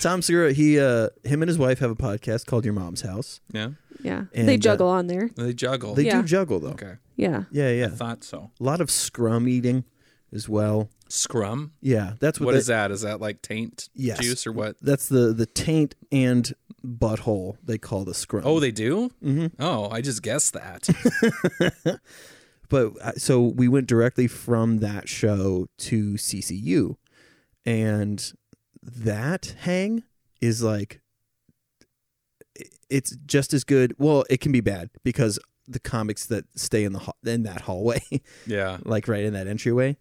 Speaker 1: Tom Segura. He uh, him and his wife have a podcast called Your Mom's House.
Speaker 3: Yeah,
Speaker 2: Yeah.
Speaker 1: And,
Speaker 2: they
Speaker 1: uh,
Speaker 2: juggle on there.
Speaker 3: they juggle.
Speaker 1: They
Speaker 2: Yeah.
Speaker 1: do juggle though.
Speaker 3: Oh. okay,
Speaker 2: Yeah.
Speaker 1: Yeah, yeah.
Speaker 3: thought so.
Speaker 1: A lot of scrum eating, as well.
Speaker 3: Scrum.
Speaker 1: Yeah, that's what,
Speaker 3: What
Speaker 1: they-
Speaker 3: is that? Is that like taint
Speaker 1: Yes.
Speaker 3: juice or what?
Speaker 1: That's the the taint and butthole they call the scrum.
Speaker 3: Oh, they do. Mm-hmm. Oh, I just guessed [LAUGHS] that.
Speaker 1: but uh, so we went directly from that show to CCU, and that hang is like i- it's just as good. Well, it can be bad because the comics that stay in the ha- in that hallway, [LAUGHS]
Speaker 3: yeah,
Speaker 1: like right in that entryway,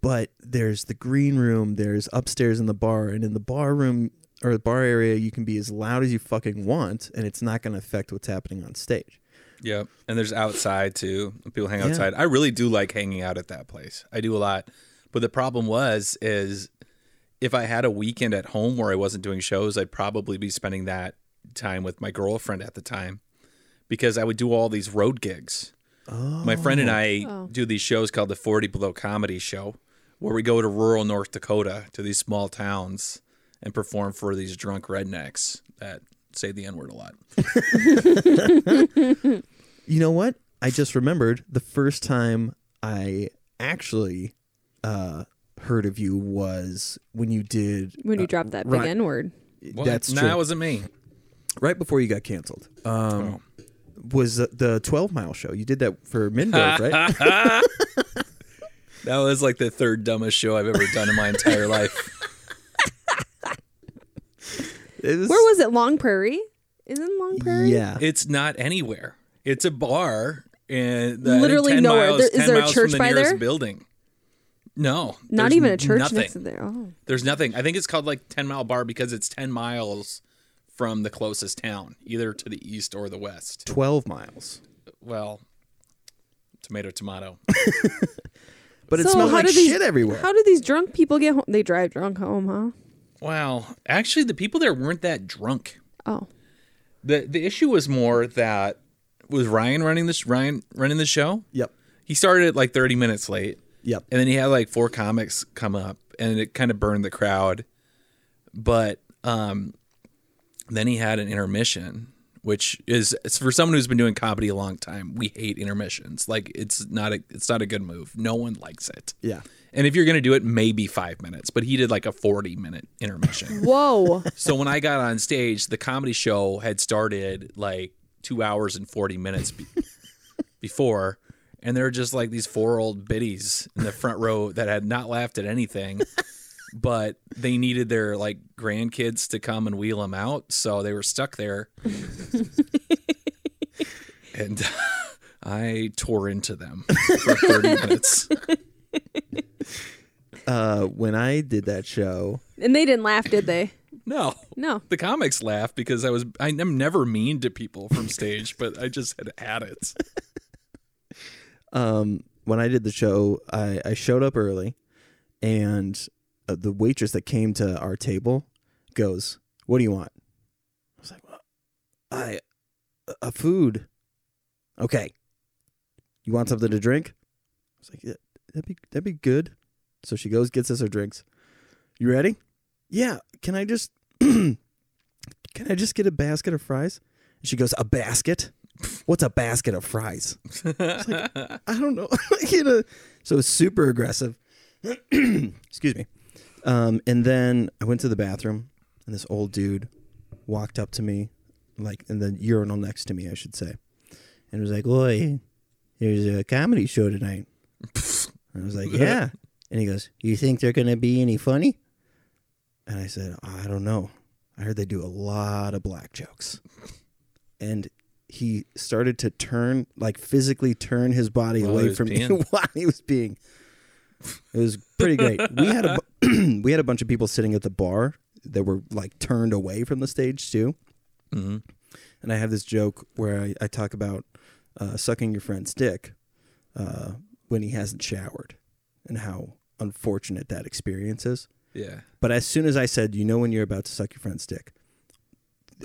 Speaker 1: but there's the green room, there's upstairs in the bar, and in the bar room or the bar area, you can be as loud as you fucking want, and it's not going to affect what's happening on stage.
Speaker 3: yeah. And there's outside too. People hang
Speaker 1: Yeah.
Speaker 3: outside. I really do like hanging out at that place. I do a lot. But the problem was is if I had a weekend at home where I wasn't doing shows, I'd probably be spending that time with my girlfriend at the time because I would do all these road gigs.
Speaker 1: Oh,
Speaker 3: My friend and I
Speaker 2: Oh.
Speaker 3: do these shows called the 40 Below Comedy Show, where we go to rural North Dakota to these small towns and perform for these drunk rednecks that say the N word a lot.
Speaker 1: you know what? I just remembered the first time I actually uh, heard of you was when you did.
Speaker 2: When you dropped that big
Speaker 1: right.
Speaker 2: N word.
Speaker 3: What?
Speaker 1: That's
Speaker 3: nah,
Speaker 1: true.
Speaker 3: it wasn't me.
Speaker 1: right before you got canceled. Um, was the- the 12 mile show. You did that for Minberg, right?
Speaker 3: That was like the third dumbest show I've ever done in my entire [LAUGHS] life.
Speaker 1: It was,
Speaker 2: Where was it? Long Prairie? Isn't Long Prairie?
Speaker 1: Yeah.
Speaker 3: It's not anywhere. It's a bar and the, I think
Speaker 2: Literally
Speaker 3: 10
Speaker 2: nowhere.
Speaker 3: Miles,
Speaker 2: There- is
Speaker 3: 10
Speaker 2: there a
Speaker 3: miles
Speaker 2: church
Speaker 3: from the
Speaker 2: by
Speaker 3: nearest
Speaker 2: there?
Speaker 3: Building. No,
Speaker 2: Not
Speaker 3: there's
Speaker 2: even a church
Speaker 3: Nothing.
Speaker 2: next to there. Oh.
Speaker 3: There's nothing. I think it's called like 10 Mile Bar because it's 10 miles from the closest town, either to the east or the west.
Speaker 1: 12 miles.
Speaker 3: Well, tomato, tomato.
Speaker 1: But it
Speaker 2: So
Speaker 1: smelled
Speaker 2: how
Speaker 1: like
Speaker 2: do
Speaker 1: shit
Speaker 2: these-
Speaker 1: everywhere.
Speaker 2: How do these drunk people get home? They drive drunk home, huh?
Speaker 3: wow. Actually, the people there weren't that drunk.
Speaker 2: Oh.
Speaker 3: The the issue was more that was Ryan running this Ryan running the show.
Speaker 1: yep.
Speaker 3: He started at like 30 minutes late.
Speaker 1: Yep.
Speaker 3: And then he had like four comics come up and it kind of burned the crowd. But um then he had an intermission, which is it's for someone who's been doing comedy a long time, we hate intermissions. Like it's not a it's not a good move. No one likes it.
Speaker 1: Yeah.
Speaker 3: And if you're gonna do it, maybe five minutes. But he did like a 40 minute intermission.
Speaker 2: Whoa.
Speaker 3: So when I got on stage, the comedy show had started like two hours and 40 minutes be- [LAUGHS] before. And there were just like these four old biddies in the front row that had not laughed at anything, [LAUGHS] but they needed their like grandkids to come and wheel them out. So they were stuck there. and [LAUGHS] I tore into them for 30 minutes.
Speaker 1: Uh, when I did that show,
Speaker 2: and they didn't laugh, did they?
Speaker 3: No.
Speaker 2: No.
Speaker 3: The comics laugh because I was I'm never mean to people from stage, but I just had had it.
Speaker 1: um, when I did the show, I, I showed up early, and uh, the waitress that came to our table goes, "What do you want?" I was like, well, "I a food." Okay. You want something to drink? I was like, yeah, "That'd be that'd be good." So she goes, gets us her drinks. You ready? Yeah. Can I just [CLEARS THROAT] can I just get a basket of fries? And she goes, "A basket? What's a basket of fries?" [LAUGHS] I don't know. you know, so it's super aggressive. [CLEARS THROAT] Excuse me. Um, and then I went to the bathroom, and this old dude walked up to me, like in the urinal next to me, I should say, and was like, "Oi, there's a comedy show tonight." and I was
Speaker 3: [LAUGHS]
Speaker 1: like, "Yeah," and he goes, "You think they're gonna be any funny?" And I said, "I don't know. I heard they do a lot of black jokes." And he started to turn, like physically turn his body
Speaker 3: While he
Speaker 1: away
Speaker 3: was
Speaker 1: from me
Speaker 3: peeing.
Speaker 1: [LAUGHS] while he was being. It was pretty
Speaker 3: [LAUGHS]
Speaker 1: great. We had a bu- [CLEARS THROAT] we had a bunch of people sitting at the bar that were like turned away from the stage too.
Speaker 3: Mhm.
Speaker 1: And I have this joke where I, I talk about uh, sucking your friend's dick uh, when he hasn't showered, and how unfortunate that experience is.
Speaker 3: Yeah.
Speaker 1: But as soon as I said, you know, when you're about to suck your friend's dick,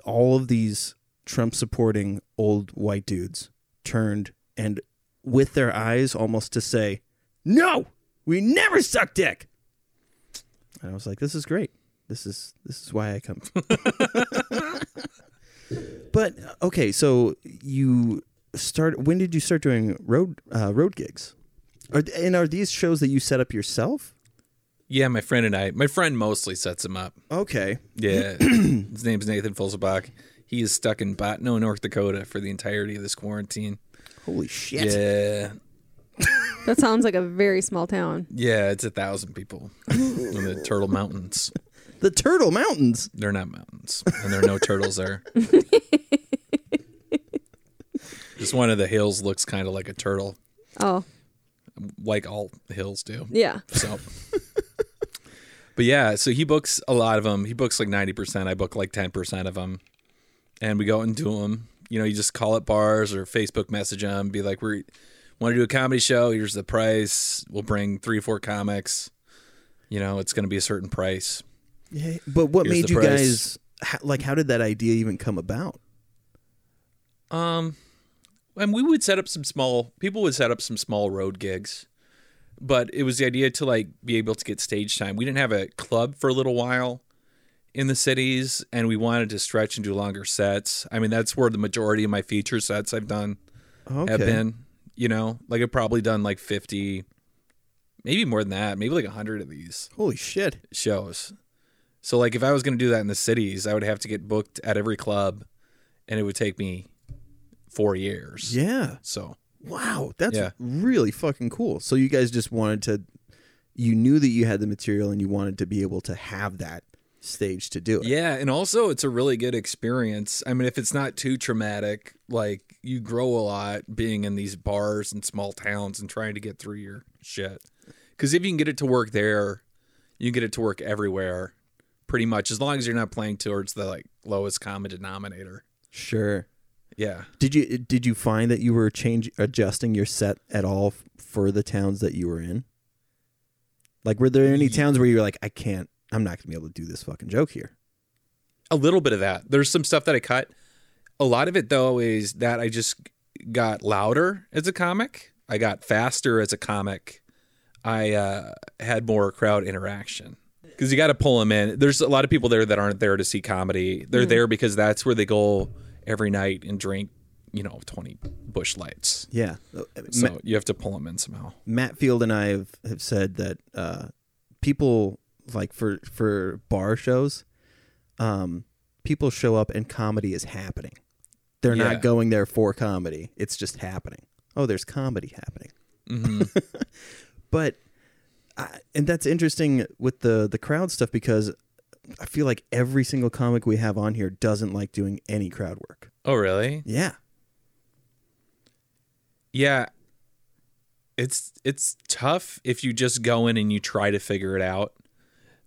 Speaker 1: all of these Trump supporting old white dudes turned and with their eyes almost to say, no, we never suck dick. And I was like, this is great. This is this is why I come. but okay, so you start. When did you start doing road uh, road gigs? Are, and are these shows that you set up yourself?
Speaker 3: Yeah, my friend and I, my friend mostly sets him up.
Speaker 1: Okay,
Speaker 3: Yeah. His name's Nathan Fulsabach. He is stuck in Botno, North Dakota for the entirety of this quarantine.
Speaker 1: holy shit.
Speaker 3: Yeah.
Speaker 2: That sounds like a very small town.
Speaker 3: Yeah, it's a thousand people in the Turtle Mountains.
Speaker 1: The Turtle Mountains.
Speaker 3: They're not mountains, and there are no turtles there. Just one of the hills looks kind of like a turtle,
Speaker 2: Oh,
Speaker 3: like all hills do.
Speaker 2: yeah.
Speaker 3: So, [LAUGHS] but yeah, so he books a lot of them. He books like 90%. I book like 10% of them. And we go and do them. You know, you just call up bars or Facebook message them, be like, we want to do a comedy show. Here's the price. We'll bring three or four comics. You know, it's going to be a certain price.
Speaker 1: Yeah, but what
Speaker 3: Here's
Speaker 1: made
Speaker 3: the
Speaker 1: you
Speaker 3: price.
Speaker 1: guys how, like? How did that idea even come about?
Speaker 3: Um, and we would set up some small people would set up some small road gigs, but it was the idea to like be able to get stage time. We didn't have a club for a little while in the cities, and we wanted to stretch and do longer sets. I mean, that's where the majority of my feature sets I've done
Speaker 1: Okay,
Speaker 3: have been. You know, like I've probably done like fifty, maybe more than that, maybe like hundred of these
Speaker 1: holy shit!
Speaker 3: shows. So like if I was going to do that in the cities, I would have to get booked at every club and it would take me four years.
Speaker 1: Yeah.
Speaker 3: So
Speaker 1: Wow, that's
Speaker 3: Yeah.
Speaker 1: really fucking cool. So you guys just wanted to you knew that you had the material and you wanted to be able to have that stage to do it.
Speaker 3: yeah, and also it's a really good experience. I mean, if it's not too traumatic, like you grow a lot being in these bars and small towns and trying to get through your shit. Because if you can get it to work there, you can get it to work everywhere, pretty much. As long as you're not playing towards the like lowest common denominator.
Speaker 1: Sure.
Speaker 3: Yeah.
Speaker 1: Did you did you find that you were change adjusting your set at all f- for the towns that you were in? Like were there any
Speaker 3: Ye-
Speaker 1: towns where you were like I can't I'm not going to be able to do this fucking joke here.
Speaker 3: a little bit of that. There's some stuff that I cut. A lot of it though is that I just got louder as a comic. I got faster as a comic. I uh, had more crowd interaction because you got to pull them in. There's a lot of people there that aren't there to see comedy. They're there because that's where they go every night and drink, you know, 20 bush lights.
Speaker 1: Yeah.
Speaker 3: So you have to pull them in somehow.
Speaker 1: Matt Field and I have, have said that uh, people like for for bar shows, um, people show up and comedy is happening. They're
Speaker 3: Yeah.
Speaker 1: not going there for comedy. It's just happening. Oh, there's comedy happening. [LAUGHS] but I, and that's interesting with the the crowd stuff because I feel like every single comic we have on here doesn't like doing any crowd work.
Speaker 3: Oh, really?
Speaker 1: Yeah.
Speaker 3: Yeah. It's it's tough if you just go in and you try to figure it out.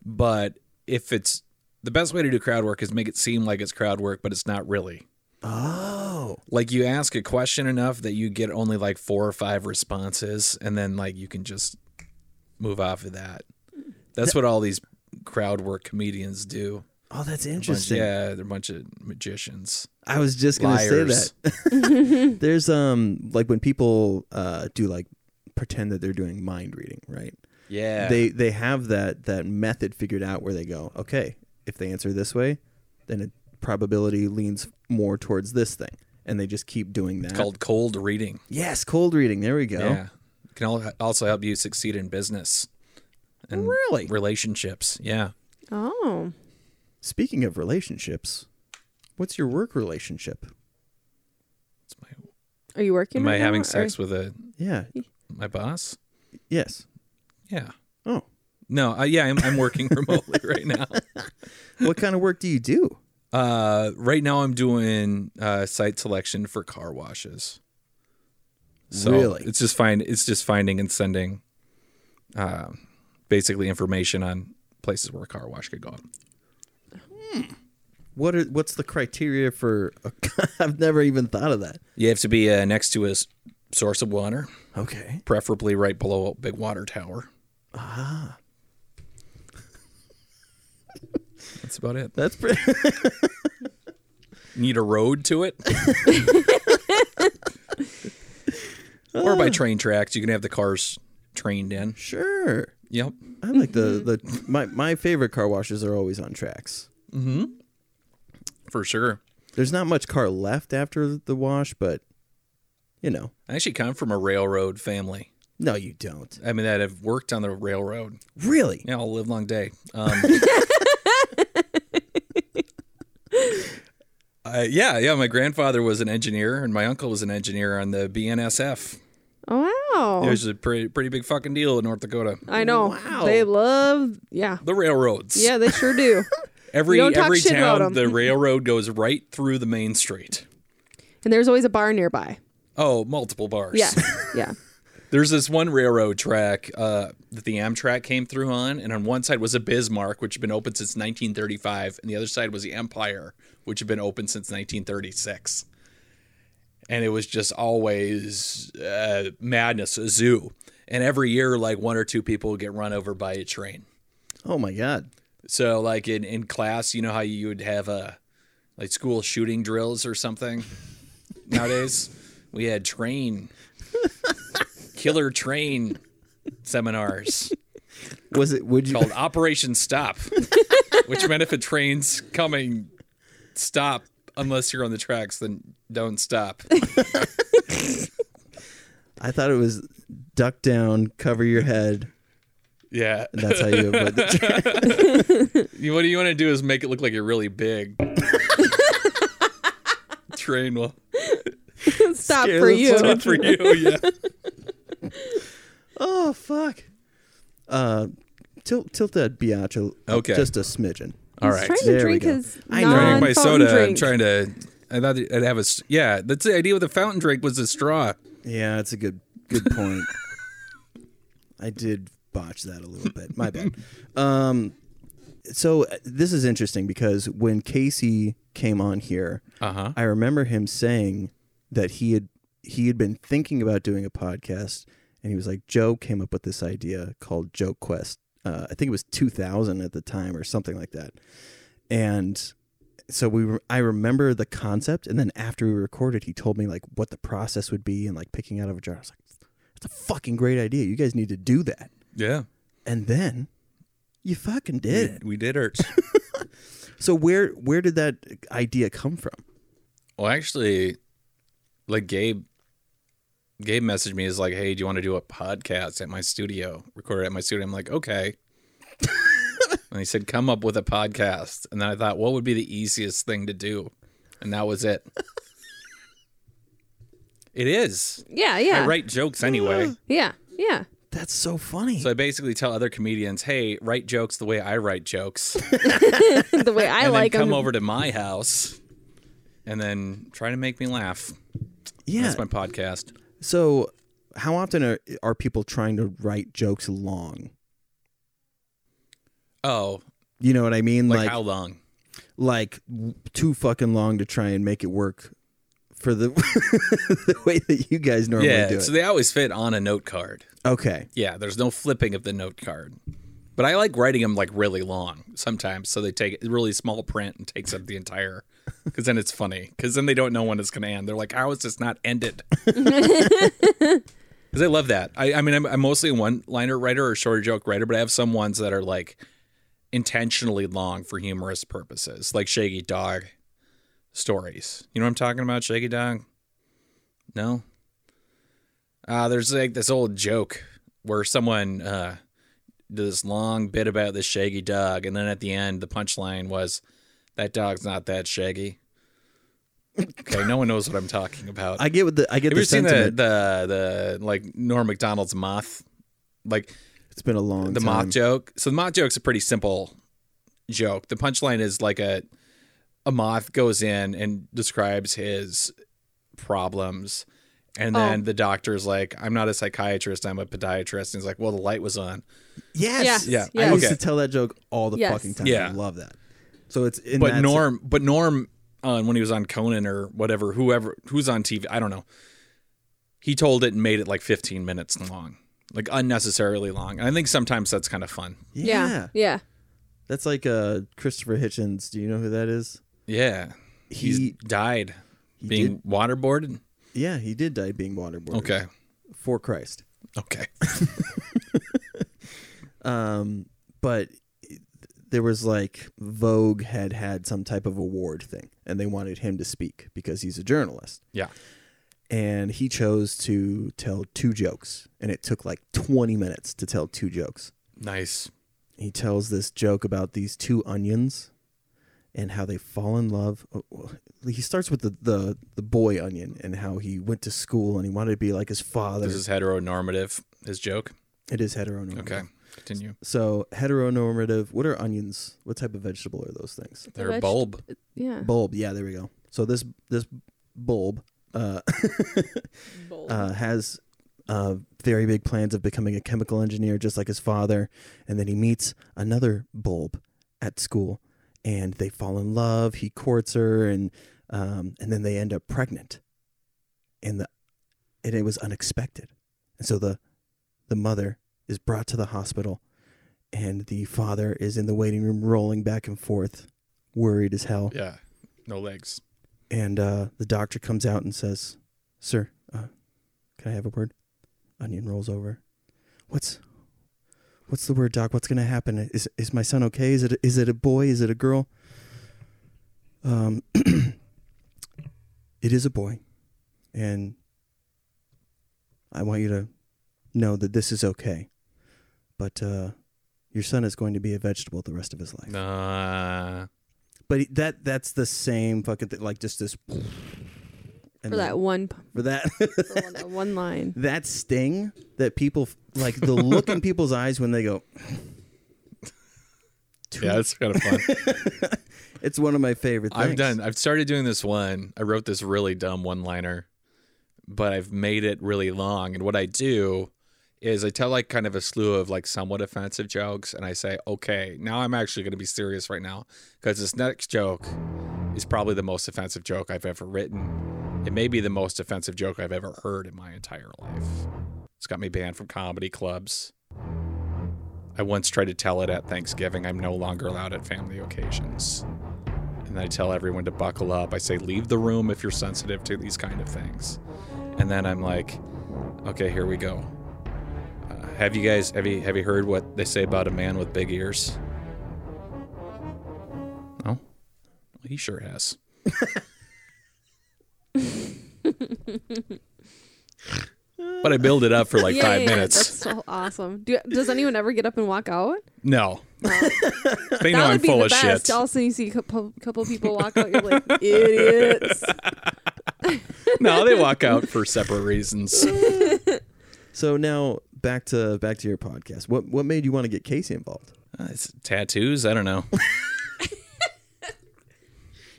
Speaker 3: But if it's the best way to do crowd work is make it seem like it's crowd work, but it's not really.
Speaker 1: Oh.
Speaker 3: Like you ask a question enough that you get only like four or five responses and then like you can just move off of that. That's what all these crowd work comedians do.
Speaker 1: Oh, that's
Speaker 3: A bunch-
Speaker 1: interesting.
Speaker 3: Yeah, they're a bunch of magicians.
Speaker 1: I was just gonna
Speaker 3: Liars.
Speaker 1: say that. There's um like when people uh do like pretend that they're doing mind reading, right?
Speaker 3: Yeah.
Speaker 1: They they have that that method figured out where they go, okay, if they answer this way, then it probability leans more towards this thing. And they just keep doing that.
Speaker 3: called cold reading.
Speaker 1: yes, cold reading. There we go.
Speaker 3: Yeah. Can al- also help you succeed in business and
Speaker 1: Really?
Speaker 3: relationships. Yeah.
Speaker 2: Oh.
Speaker 1: Speaking of relationships, what's your work relationship?
Speaker 3: It's my,
Speaker 2: Are you working?
Speaker 3: am I
Speaker 2: right now,
Speaker 3: having
Speaker 2: or-
Speaker 3: sex with a
Speaker 1: Yeah.
Speaker 3: my boss?
Speaker 1: Yes.
Speaker 3: Yeah.
Speaker 1: Oh.
Speaker 3: No, uh, yeah, I'm, I'm [LAUGHS] working remotely right now.
Speaker 1: What kind of work do you do?
Speaker 3: Uh, right now, I'm doing uh, site selection for car washes. So
Speaker 1: Really?
Speaker 3: it's just find it's just finding and sending, uh, basically information on places where a car wash could go. up.
Speaker 1: What are what's the criteria for a, [LAUGHS] I've never even thought of that.
Speaker 3: You have to be uh, next to a s- source of water,
Speaker 1: Okay.
Speaker 3: preferably right below a big water tower. Ah. That's about it.
Speaker 1: That's pretty [LAUGHS]
Speaker 3: Need a road to it. or by train tracks. You can have the cars trained in.
Speaker 1: Sure.
Speaker 3: Yep.
Speaker 1: I like the the my my favorite car washes are always on tracks.
Speaker 3: For sure.
Speaker 1: There's not much car left after the wash, but you know.
Speaker 3: I actually come from a railroad family.
Speaker 1: No, you don't.
Speaker 3: I mean, that have worked on the railroad.
Speaker 1: Really?
Speaker 3: Yeah, I'll live long day.
Speaker 2: [LAUGHS]
Speaker 3: Um, uh, yeah, yeah. My grandfather was an engineer, and my uncle was an engineer on the BNSF.
Speaker 2: Oh,
Speaker 3: It
Speaker 2: wow.
Speaker 3: was a pretty pretty big fucking deal in North Dakota.
Speaker 2: I know.
Speaker 1: Wow.
Speaker 2: They love. Yeah.
Speaker 3: The railroads.
Speaker 2: Yeah, they sure do.
Speaker 1: [LAUGHS]
Speaker 3: Every
Speaker 2: You don't talk
Speaker 3: every
Speaker 2: shit about
Speaker 3: town,
Speaker 2: 'em. [LAUGHS]
Speaker 3: the railroad goes right through the main street.
Speaker 2: and there's always a bar nearby.
Speaker 3: Oh, multiple
Speaker 1: [LAUGHS]
Speaker 3: bars.
Speaker 2: Yeah. Yeah.
Speaker 3: There's this one railroad track uh, that the Amtrak came through on, and on one side was a Bismarck, which had been open since 1935, and the other side was the Empire, which had been open since 1936. And it was just always uh, madness, a zoo. And every year, like one or two people would get run over by a train.
Speaker 1: Oh my god.
Speaker 3: So, like in, in class, you know how you would have a like school shooting drills or something. Nowadays, we had train, killer train seminars
Speaker 1: Was it would you
Speaker 3: called Operation Stop, which meant if a train's coming, stop. Unless you're on the tracks, then don't stop.
Speaker 1: I thought it was duck down, cover your head,
Speaker 3: Yeah.
Speaker 1: and that's how you avoid the [LAUGHS] tra-
Speaker 3: You- What you want to do is make it look like you're really big. train will
Speaker 2: stop for you.
Speaker 3: Not for you, yeah.
Speaker 1: Oh fuck. Uh, tilt tilt that biatch a,
Speaker 3: Okay.
Speaker 1: just a smidgen.
Speaker 3: All
Speaker 2: He's
Speaker 3: right.
Speaker 2: trying
Speaker 1: There
Speaker 2: to
Speaker 1: we
Speaker 2: drink
Speaker 1: go.
Speaker 2: his
Speaker 1: I know. Drinking
Speaker 3: Drinking my
Speaker 2: non
Speaker 3: soda. I'm
Speaker 2: Um, drink.
Speaker 3: trying to. I thought I'd have a. s- Yeah, that's the idea with a fountain drink was a straw.
Speaker 1: Yeah, that's a good good point. I did botch that a little bit. My bad. Um, so uh, this is interesting because when Casey came on here,
Speaker 3: Uh huh.
Speaker 1: I remember him saying that he had he had been thinking about doing a podcast, and he was like, Joe came up with this idea called Joke Quest. Uh, I think it was 2000 at the time or something like that. And so we, were, I remember the concept, and then after we recorded, he told me like what the process would be and like picking out of a jar. I was like, "That's a fucking great idea. You guys need to do that."
Speaker 3: Yeah.
Speaker 1: And then you fucking did it.
Speaker 3: We, we
Speaker 2: [LAUGHS]
Speaker 3: did ours.
Speaker 1: So where where did that idea come from?
Speaker 3: Well, actually, like Gabe, Gabe messaged me is like, "Hey, do you want to do a podcast at my studio? Record it at my studio." I'm like, "Okay." and he said, "Come up with a podcast." And then I thought, what would be the easiest thing to do? And that
Speaker 2: [LAUGHS]
Speaker 3: was it. it is.
Speaker 2: Yeah, yeah.
Speaker 3: I write jokes anyway.
Speaker 2: Yeah, yeah. [LAUGHS]
Speaker 1: That's so funny.
Speaker 3: So I basically tell other comedians, "Hey, write jokes the way I write jokes."
Speaker 2: the way [LAUGHS] I
Speaker 3: and
Speaker 2: like
Speaker 3: then come
Speaker 2: him.
Speaker 3: over to my house and then try to make me laugh.
Speaker 1: yeah,
Speaker 3: That's my podcast.
Speaker 1: So, how often are, are people trying to write jokes long?
Speaker 3: Oh,
Speaker 1: You know what I mean?
Speaker 3: like,
Speaker 1: Like,
Speaker 3: how long?
Speaker 1: like w- too fucking long to try and make it work for the, [LAUGHS] the way that you guys normally do
Speaker 3: Yeah,
Speaker 1: it.
Speaker 3: so they always fit on a note card.
Speaker 1: okay.
Speaker 3: Yeah, there's no flipping of the note card. But I like writing them like really long sometimes, so they take really small print and takes up the entire. Because then it's funny. Because then they don't know when it's going to end. They're like, "How is this not ended?" Because I love that. I, I mean, I'm, I'm mostly a one-liner writer or shorter joke writer, but I have some ones that are like intentionally long for humorous purposes, like Shaggy Dog stories. You know what I'm talking about, Shaggy Dog? No. Uh, there's like this old joke where someone uh, did this long bit about this shaggy dog, and then at the end, the punchline was, "That dog's not that shaggy." Okay, no one knows what I'm talking about.
Speaker 1: I get what the I get
Speaker 3: Have
Speaker 1: the
Speaker 3: you seen
Speaker 1: sentiment.
Speaker 3: the, the the like Norm Macdonald's moth, like
Speaker 1: it's been a long
Speaker 3: the
Speaker 1: time.
Speaker 3: moth joke? So the moth joke's a pretty simple joke. The punchline is like a a moth goes in and describes his problems. And then the doctor's like, I'm not a psychiatrist, I'm a podiatrist. And he's like, Well, the light was on.
Speaker 1: Yes.
Speaker 2: Yes,
Speaker 1: I
Speaker 2: yes.
Speaker 1: used
Speaker 3: Okay.
Speaker 1: to tell that joke all the
Speaker 2: Yes.
Speaker 1: fucking time.
Speaker 3: Yeah.
Speaker 1: I love that. So it's in
Speaker 3: but
Speaker 1: that
Speaker 3: Norm, but Norm, uh, when he was on Conan or whatever, whoever who's on TV, I don't know. He told it and made it like 15 minutes long, like unnecessarily long. And I think sometimes that's kind of fun.
Speaker 1: se- yeah.
Speaker 2: Yeah, yeah.
Speaker 1: That's like uh, Christopher Hitchens. Do you know who that is?
Speaker 3: Yeah, he's
Speaker 1: He-
Speaker 3: died being waterboarded.
Speaker 1: Yeah, he did die being waterboarded.
Speaker 3: Okay,
Speaker 1: For Christ.
Speaker 3: okay,
Speaker 1: um, but there was like Vogue had had some type of award thing, and they wanted him to speak because he's a journalist,
Speaker 3: yeah.
Speaker 1: and he chose to tell two jokes, and it took like 20 minutes to tell two jokes.
Speaker 3: Nice.
Speaker 1: He tells this joke about these two onions and how they fall in love. Oh, He starts with the the, the boy onion and how he went to school and he wanted to be like his father.
Speaker 3: This is heteronormative. His joke.
Speaker 1: it is heteronormative.
Speaker 3: Okay, continue.
Speaker 1: So heteronormative. What are onions? What type of vegetable are those things?
Speaker 3: They're a
Speaker 2: Veg-
Speaker 3: bulb.
Speaker 2: Yeah.
Speaker 1: Bulb. Yeah, there we go. So this this bulb uh, [LAUGHS] uh, has uh, very big plans of becoming a chemical engineer, just like his father. And then he meets another bulb at school, and they fall in love. He courts her, and um, and then they end up pregnant. And the and it was unexpected, and so the the mother is brought to the hospital, and the father is in the waiting room, rolling back and forth, worried as hell.
Speaker 3: Yeah, no legs.
Speaker 1: And uh, the doctor comes out and says, "Sir, uh, can I have a word?" Onion rolls over. What's What's the word, doc? What's going to happen? Is is my son okay? Is it is it a boy? Is it a girl? Um, [CLEARS THROAT] it is a boy, and I want you to know that this is okay. But uh, your son is going to be a vegetable the rest of his life.
Speaker 3: Nah.
Speaker 1: [LAUGHS] But he- that that's the same fucking thing. Like just this, And
Speaker 2: for
Speaker 1: then-
Speaker 2: that one p-
Speaker 1: for that
Speaker 2: for one, that one line.
Speaker 1: [LAUGHS] that sting that people f- like the look in people's eyes when they go.
Speaker 3: Yeah, that's kind of fun.
Speaker 1: It's one of my favorite. things.
Speaker 3: I've done. I've started doing this one. I wrote this really dumb one-liner, but I've made it really long. And what I do is I tell like kind of a slew of like somewhat offensive jokes, and I say, "Okay, now I'm actually going to be serious right now because this next joke is probably the most offensive joke I've ever written. It may be the most offensive joke I've ever heard in my entire life. It's got me banned from comedy clubs." I once tried to tell it at Thanksgiving. I'm no longer allowed at family occasions and I tell everyone to buckle up. I say, leave the room if you're sensitive to these kind of things. And then I'm like, okay, here we go. Uh, have you guys have you have you heard what they say about a man with big ears? No, well, he sure has. but I build it up for like
Speaker 2: yeah,
Speaker 3: five
Speaker 2: yeah, yeah,
Speaker 3: minutes.
Speaker 2: That's so awesome. Do, does anyone ever get up and walk out?
Speaker 3: No, [LAUGHS] they know
Speaker 2: that
Speaker 3: I'm
Speaker 2: would be
Speaker 3: full
Speaker 2: the
Speaker 3: of
Speaker 2: best.
Speaker 3: shit.
Speaker 2: All of a sudden you see a couple, couple people walk out. You're
Speaker 3: [LAUGHS]
Speaker 2: like idiots.
Speaker 3: No, they walk out for
Speaker 2: [LAUGHS]
Speaker 3: separate reasons.
Speaker 1: So now back to back to your podcast. What what made you want to get Casey involved?
Speaker 3: Uh, it's tattoos. I don't [LAUGHS] know.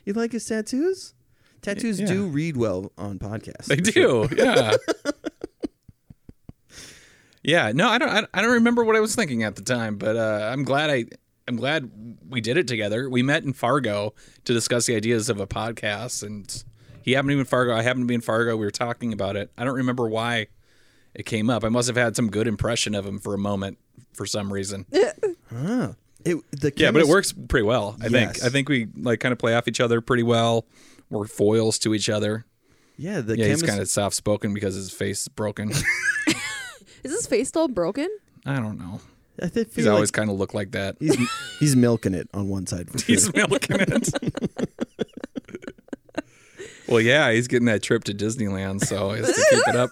Speaker 1: You like his tattoos? Tattoos
Speaker 3: Yeah.
Speaker 1: do read well on podcasts.
Speaker 3: They do. Yeah. yeah. No, I don't. I, I don't remember what I was thinking at the time, but uh, I'm glad I. I'm glad we did it together. We met in Fargo to discuss the ideas of a podcast, and he happened to be in Fargo. I happened to be in Fargo. We were talking about it. I don't remember why it came up. I must have had some good impression of him for a moment for some reason.
Speaker 1: Huh. It, the
Speaker 3: Yeah, but it
Speaker 1: chemis-
Speaker 3: works pretty well. I
Speaker 1: Yes.
Speaker 3: think. I think we like kind of play off each other pretty well. We're foils to each other.
Speaker 1: Yeah, the
Speaker 3: Yeah,
Speaker 1: chemis-
Speaker 3: he's kind of soft spoken because his face is broken.
Speaker 2: Is his face still broken?
Speaker 3: [LAUGHS] I don't know.
Speaker 1: I thi-
Speaker 3: He's
Speaker 1: feel
Speaker 3: always
Speaker 1: like
Speaker 3: kind of looked like that.
Speaker 1: he's he's milking it on one side for sure.
Speaker 3: [LAUGHS] He's milking it. [LAUGHS] well, yeah, he's getting that trip to Disneyland, so he has to
Speaker 2: [LAUGHS]
Speaker 3: keep it up.